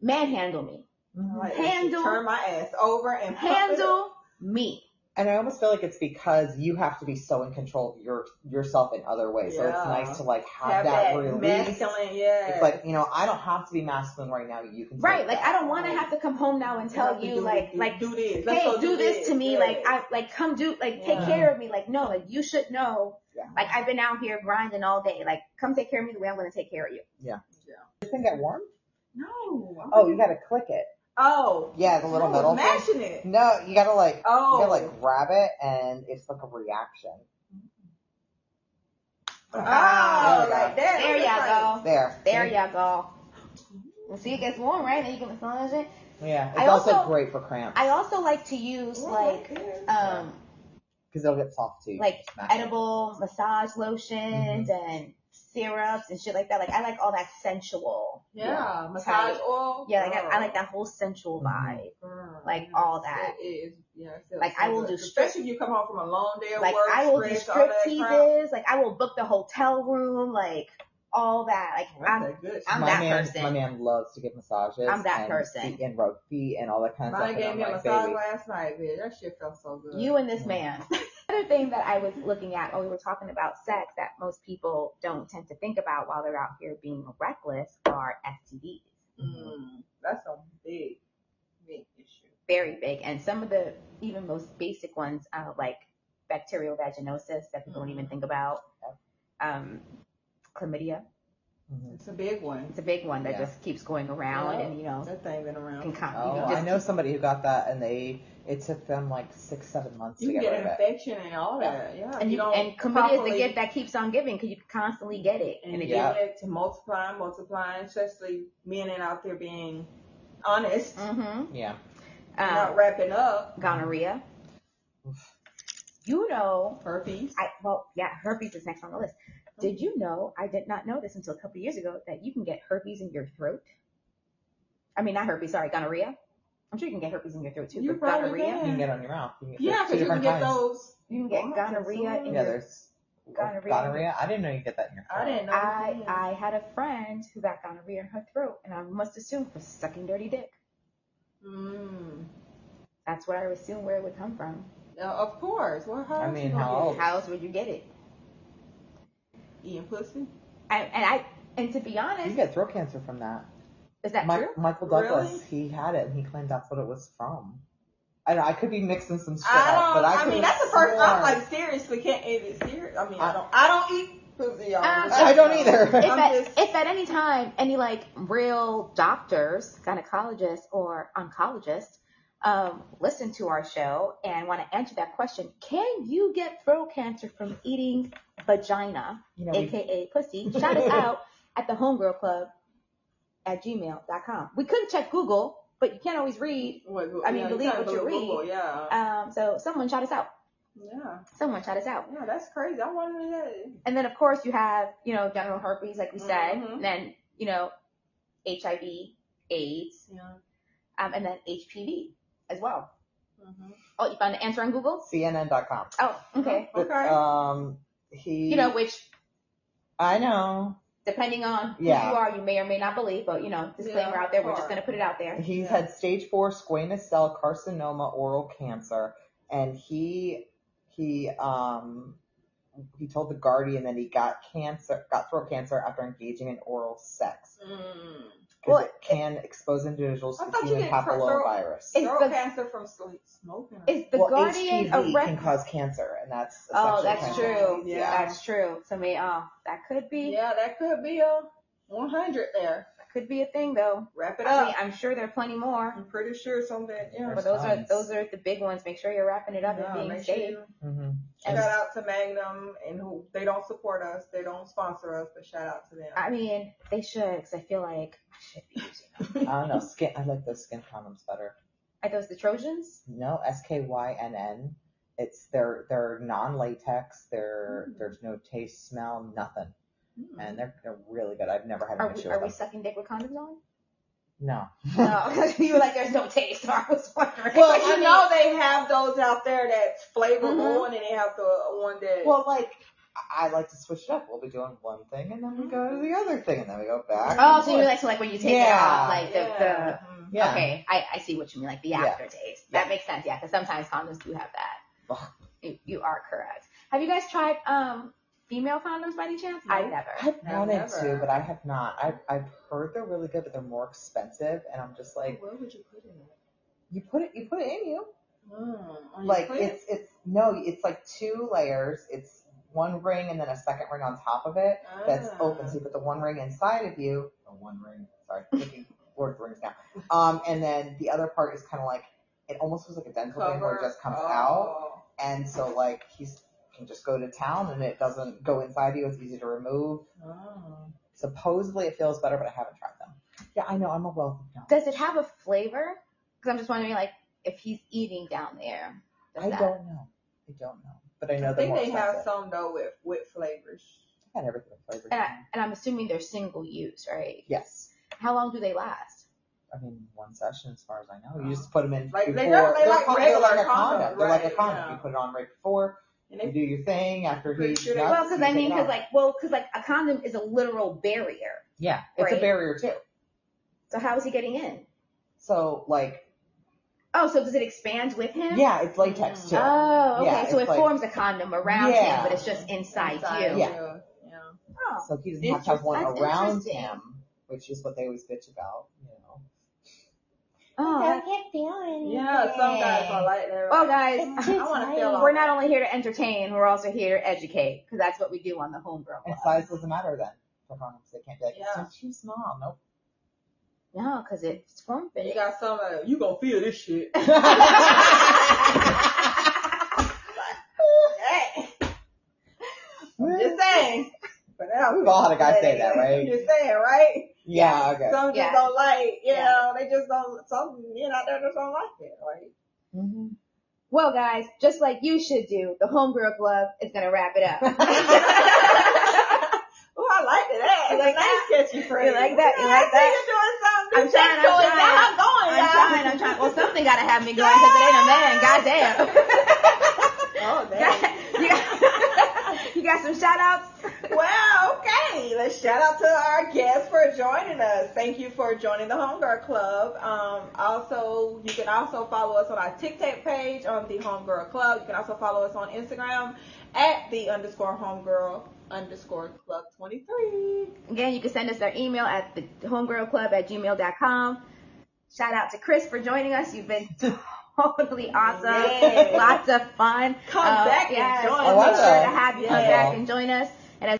S1: manhandle me,
S2: I
S1: Mm-hmm.
S2: like when she
S1: handle-
S2: Turn my ass over and pump it up.
S1: handle me.
S3: And I almost feel like it's because you have to be so in control of your yourself in other ways. So
S2: Yeah.
S3: it's nice to like have,
S2: Have
S3: that,
S2: that
S3: release.
S2: masculine. Yeah.
S3: It's like you know, I don't have to be masculine right now. You can take
S1: Right. Like
S3: that.
S1: I don't want to have to come home now and
S2: have
S1: tell
S2: to
S1: you
S2: do
S1: like
S2: this,
S1: like
S2: do this. Let's
S1: hey
S2: go
S1: do this to me
S2: Yeah.
S1: like I like come do like take
S2: Yeah.
S1: care of me like no like you should know
S3: Yeah.
S1: Like I've been out here grinding all day. Like come take care of me the way I'm gonna take care of you.
S4: This thing got warm?
S2: No. I
S4: Oh, you
S2: wasn't-
S4: gotta click it.
S2: Oh.
S3: Yeah, the little
S2: I was
S3: metal. thing.
S2: Mashing it.
S3: No, you gotta like you
S2: Oh.
S3: gotta like grab it and it's like a reaction.
S2: Oh,
S1: Ah,
S2: like that.
S1: There
S2: It's like-
S1: y'all go.
S3: There.
S1: There y'all go. And see, it gets warm, right? Then you can massage it.
S3: Yeah. It's
S1: I
S3: also,
S1: also-
S3: great for cramps
S1: I also like to use
S2: Oh,
S1: like
S2: okay.
S1: um
S3: because it'll get soft too.
S1: like
S3: Smack it.
S1: edible massage lotions
S2: Mm-hmm.
S1: and syrups and shit like that. Like I like all that sensual.
S2: yeah, massage oil.
S1: Yeah, like I, I like
S2: Girl.
S1: that whole sensual
S3: Mhm.
S2: Mm-hmm.
S1: vibe.
S2: Girl,
S1: like,
S2: yes,
S1: all that.
S2: It is. Yeah, it feels
S1: Like,
S2: so
S1: I will
S2: good.
S1: do strip-
S2: Especially if you come home from a long day of
S1: Like
S2: work.
S1: I will do
S2: stress, all
S1: strip
S2: that crap.
S1: teases. Like I will book the hotel room. Like all that. Like
S2: That's
S1: I'm
S2: a good.
S1: I'm
S3: my
S1: that
S3: man,
S1: person.
S3: My man loves to get massages.
S1: I'm that
S3: and
S1: person.
S3: Feet and rub feet and all that kind of
S2: Mine
S3: stuff.
S2: gave
S3: and
S2: me a
S3: I'm like,
S2: massage
S3: baby,
S2: last night, bitch. That shit felt so good.
S1: You and this man. Another thing that I was looking at when we were talking about sex that most people don't tend to think about while they're out here being reckless are STDs.
S2: Mm, that's a big, big issue.
S1: Very big. And some of the even most basic ones, uh, like bacterial vaginosis that people don't even think about, um, chlamydia.
S3: mhm.
S2: It's a big one.
S1: It's a big one that
S3: Yeah.
S1: just keeps going around
S2: Yeah.
S1: and, you know,
S2: That thing been around.
S1: can come. you
S3: Oh,
S1: can
S3: I
S1: just,
S3: know somebody who got that, and they it took them like six, seven months
S2: You
S3: to
S2: can
S3: get
S2: get an
S3: rid of it.
S2: infection and all that. Yeah.
S1: and, you,
S2: don't
S1: and chlamydia is the
S2: properly-
S1: gift that keeps on giving because you constantly get it.
S2: and
S1: And it
S2: give
S3: Yeah.
S2: it to multiplying, multiplying, especially men and out there being honest,
S1: mm-hmm. Um,
S3: Yeah.
S1: Uh,
S2: not wrapping up
S1: gonorrhea. You know,
S2: herpes.
S1: I well, yeah, herpes is next on the list. Did you know? I did not know this until a couple years ago that you can get herpes in your throat. I mean, not herpes. Sorry, gonorrhea. I'm sure you can get herpes in your throat too.
S2: You
S1: but
S2: probably
S1: gonorrhea,
S2: can.
S3: You can get it on your mouth. You can get,
S2: Yeah,
S3: there's two
S2: because you can
S3: different
S2: get
S3: kinds.
S2: those.
S1: you can get
S2: Oh, that's
S1: gonorrhea in
S2: so-
S3: Yeah,
S1: your.
S3: there's
S1: Gonorrhea.
S3: gonorrhea. I didn't know you could get that in your.
S2: I
S3: throat.
S2: didn't know.
S1: I
S2: you
S1: I had a friend who got gonorrhea in her throat, and I must assume for sucking dirty dick.
S2: could. Mm.
S1: That's what I would assume where it would come from.
S2: Now, of course. Well, how
S3: I
S2: else
S3: mean,
S2: you gonna
S3: how
S2: get
S3: old?
S2: it?
S1: How else would you get it?
S2: Eating pussy.
S1: And, and I and to be
S3: You can
S1: honest,
S3: get throat cancer from that.
S1: is that
S3: Mi-
S1: true?
S3: Michael
S2: Really?
S3: Douglas, he had it, and he claimed that's what it was from. I don't. I could be mixing some shit up,
S2: I
S3: but
S2: don't.
S3: I,
S2: I,
S3: could
S2: mean,
S3: have
S2: that's the first. I'm
S3: sworn-
S2: like, seriously, can't eat it. Serious. I mean,
S3: I-
S2: I don't. I don't eat pussy, y'all.
S1: Um,
S3: I don't either.
S1: if
S2: I'm
S1: at,
S2: just-
S1: if at any time any like real doctors, gynecologists or oncologists um, listen to our show and want to answer that question, can you get throat cancer from eating vagina,
S3: You know, we-
S1: aka pussy? Shout us out at the homegirl club at gmail.com. We couldn't check Google, but you can't always read.
S2: What,
S1: I mean,
S2: yeah,
S1: believe
S2: kinda
S1: what you
S2: believe Google,
S1: read.
S2: Yeah.
S1: Um, so someone shout us out.
S2: yeah.
S1: Someone shout us out.
S2: Yeah. That's crazy. I wanted to.
S1: And then of course you have, you know, general herpes, like we said,
S2: Mhm.
S1: and then, you know, HIV, AIDS,
S2: Yeah.
S1: um, and then HPV as well.
S2: hmm
S1: Oh, you found the answer on Google?
S3: CNN.com.
S1: Oh, okay.
S2: Okay.
S3: Um,
S2: Mm-hmm.
S3: he.
S1: You know, which
S3: I know.
S1: depending on who
S3: Yeah.
S1: you are, you may or may not believe, but you know, disclaimer
S2: Yeah,
S1: out there, we're just
S2: sure.
S1: gonna put it out there.
S3: He's
S2: Yeah.
S3: had stage four squamous cell carcinoma, oral cancer, and he he um he told the Guardian that he got cancer, got throat cancer after engaging in oral sex
S2: Mm.
S3: because
S1: Well,
S3: it can expose individuals
S2: I
S3: to
S2: thought you
S3: human
S2: didn't throat-
S3: papillomavirus.
S1: It's
S2: Throat
S1: the-
S2: cancer from sl- smoking.
S1: Is the
S3: well,
S1: Guardian
S3: HPV
S1: a rec-
S3: can cause cancer, and that's a
S1: Oh,
S3: sexual
S1: that's
S3: cancer.
S1: true.
S2: Yeah.
S1: That's true. So may uh that could be
S2: yeah, that could be a 100 there.
S1: that could be a thing though.
S2: Wrap it
S1: I
S2: up.
S1: mean, I'm sure there are plenty more.
S2: I'm pretty sure some that. Yeah.
S1: Oh. But
S3: There's
S1: those are
S3: tons.
S1: those are the big ones. Make sure you're wrapping it up
S2: Yeah,
S1: and being
S2: make sure
S1: safe.
S2: you-
S3: hmm
S2: Shout out to Magnum and who they don't support us, they don't sponsor us, but shout out to them.
S1: I mean, they should, 'cause I feel like I should be using them.
S3: I don't know. Skin. I like those skin condoms better.
S1: Are those the Trojans?
S3: No, S K Y N N. It's they're they're non-latex. They're
S2: Mm.
S3: there's no taste, smell, nothing,
S2: Mm.
S3: and they're they're really good. I've never had
S1: Are
S3: an
S1: we,
S3: issue
S1: are
S3: with
S1: we
S3: them.
S1: sucking dick with condoms on?
S3: No.
S1: No, you were like, there's no taste. So I was wondering.
S3: Well,
S2: but
S3: I
S2: you
S3: mean-
S2: know they have those out there that's flavorful
S1: Mm-hmm.
S2: and then they have the one that
S3: Well, like I I like to switch it up. We'll be doing one thing, and then we go to the other thing, and then we go back.
S1: Mm-hmm. oh,
S3: and
S1: so you
S3: forth.
S1: like, so like when you take it
S3: Yeah.
S1: off, like the,
S2: yeah.
S1: the
S3: yeah.
S1: okay, I, I see what you mean, like the
S3: Yeah.
S1: aftertaste. That makes sense, yeah, because sometimes condoms do have that.
S3: Ugh.
S1: you, you are correct. Have you guys tried um female condoms by any chance? I
S2: No.
S1: never.
S3: I've wanted
S2: never.
S3: to, but I have not. I've I've heard they're really good, but they're more expensive, and I'm just like,
S2: where would you put it?
S3: you put it you put it in you.
S2: Mm, on your
S3: like
S2: clit?
S3: it's it's no it's like two layers it's one ring and then a second ring on top of it that's
S2: Ah.
S3: open. So you put the one ring inside of you, or one ring, sorry, thinking Lord of the Rings now. Um, and then the other part is kind of like, it almost was like a dental thing where
S2: Cover.
S3: it just comes
S2: oh.
S3: out. And so like, he's can just go to town and it doesn't go inside you. It's easy to remove.
S2: Oh.
S3: Supposedly it feels better, but I haven't tried them. Yeah, I know. I'm a wealth of knowledge.
S1: Does it have a flavor? Because I'm just wondering, like, if he's eating down there. does
S3: I
S1: that-
S3: don't know. I don't know. But I know
S2: I
S3: they're
S2: think
S3: more
S2: they have
S3: expensive.
S2: some though with with flavors.
S3: I had everything flavored.
S1: And,
S2: Eh.
S1: I, and I'm assuming they're single use, right?
S3: yes.
S1: How long do they last?
S3: I mean, one session as far as I know. You
S2: Uh-huh.
S3: just put them in
S2: Like,
S3: before.
S2: they don't- they like
S3: called-
S2: regular
S3: a condom.
S2: condom,
S3: They're like
S2: right,
S3: a condom.
S2: yeah.
S3: You put it on right before.
S2: And
S3: You
S2: they,
S3: do your thing after he.
S2: Pretty sure they-
S3: nuts,
S1: Well, because
S3: you
S1: I
S3: take
S1: mean,
S3: it
S1: because
S3: off.
S1: like, well, because like a condom is a literal barrier.
S3: yeah, it's
S1: right.
S3: a barrier too.
S1: So how is he getting in?
S3: So like,
S1: Oh, so does it expand with him?
S3: yeah, it's latex too.
S1: Oh, okay.
S3: Yeah,
S1: so
S3: it's
S1: it
S3: like-
S1: forms a condom around
S3: Yeah.
S1: him, but it's just inside, you.
S3: Yeah.
S2: yeah.
S1: Oh.
S3: so he doesn't have to have one
S1: That's
S3: around
S1: interesting.
S3: him, which is what they always bitch about. You know.
S1: Oh.
S4: can't feel anything.
S2: Yeah, some guys are like that.
S1: Well, guys,
S4: It's
S2: I want to
S4: tight.
S2: feel all
S1: we're not only here to entertain, we're also here to educate, because that's what we do on the Homegirl.
S3: And
S1: Club.
S3: size doesn't matter then for condoms. They can't be like,
S2: Yeah.
S3: it's too small. Nope.
S1: No, because it's form
S2: that. You
S1: fitting.
S2: got some. Like, you gonna feel this shit. Hey, just saying. But now
S3: We've all had a guy say that, right?
S2: Just saying, right?
S3: yeah, okay.
S2: Some just
S1: Yeah.
S2: don't like, you
S1: Yeah.
S2: know, they just don't, some men out there just don't like it, right?
S3: Mhm.
S1: Well, guys, just like you should do, the Homegirl Club is going to wrap it up.
S2: oh, I like that.
S1: You like that?
S2: Nice catchy phrase.
S1: You like that? You
S2: Yeah,
S1: like
S2: I see
S1: that?
S2: you doing something.
S1: I'm trying, I'm
S2: going.
S1: trying.
S2: I'm going,
S1: I'm
S2: y'all.
S1: trying, I'm trying. Well, something got to have me going, because it ain't a man, goddamn.
S2: Oh, damn.
S1: you, got, you got some shout outs?
S2: Well, okay. Let's shout out to our guests for joining us. Thank you for joining the Homegirl Club. Um, also, you can also follow us on our TikTok page on the Homegirl Club. You can also follow us on Instagram at the underscore Homegirl underscore Club 23.
S1: Again, you can send us our email at the homegirlclub at gmail.com. Shout out to Chris for joining us. You've been totally awesome.
S2: Yes.
S1: Lots of fun.
S2: Come
S1: Uh,
S2: back
S1: yes.
S2: and join
S3: I like
S1: Make
S2: us.
S1: sure to have you come
S3: Yeah.
S1: back and join us.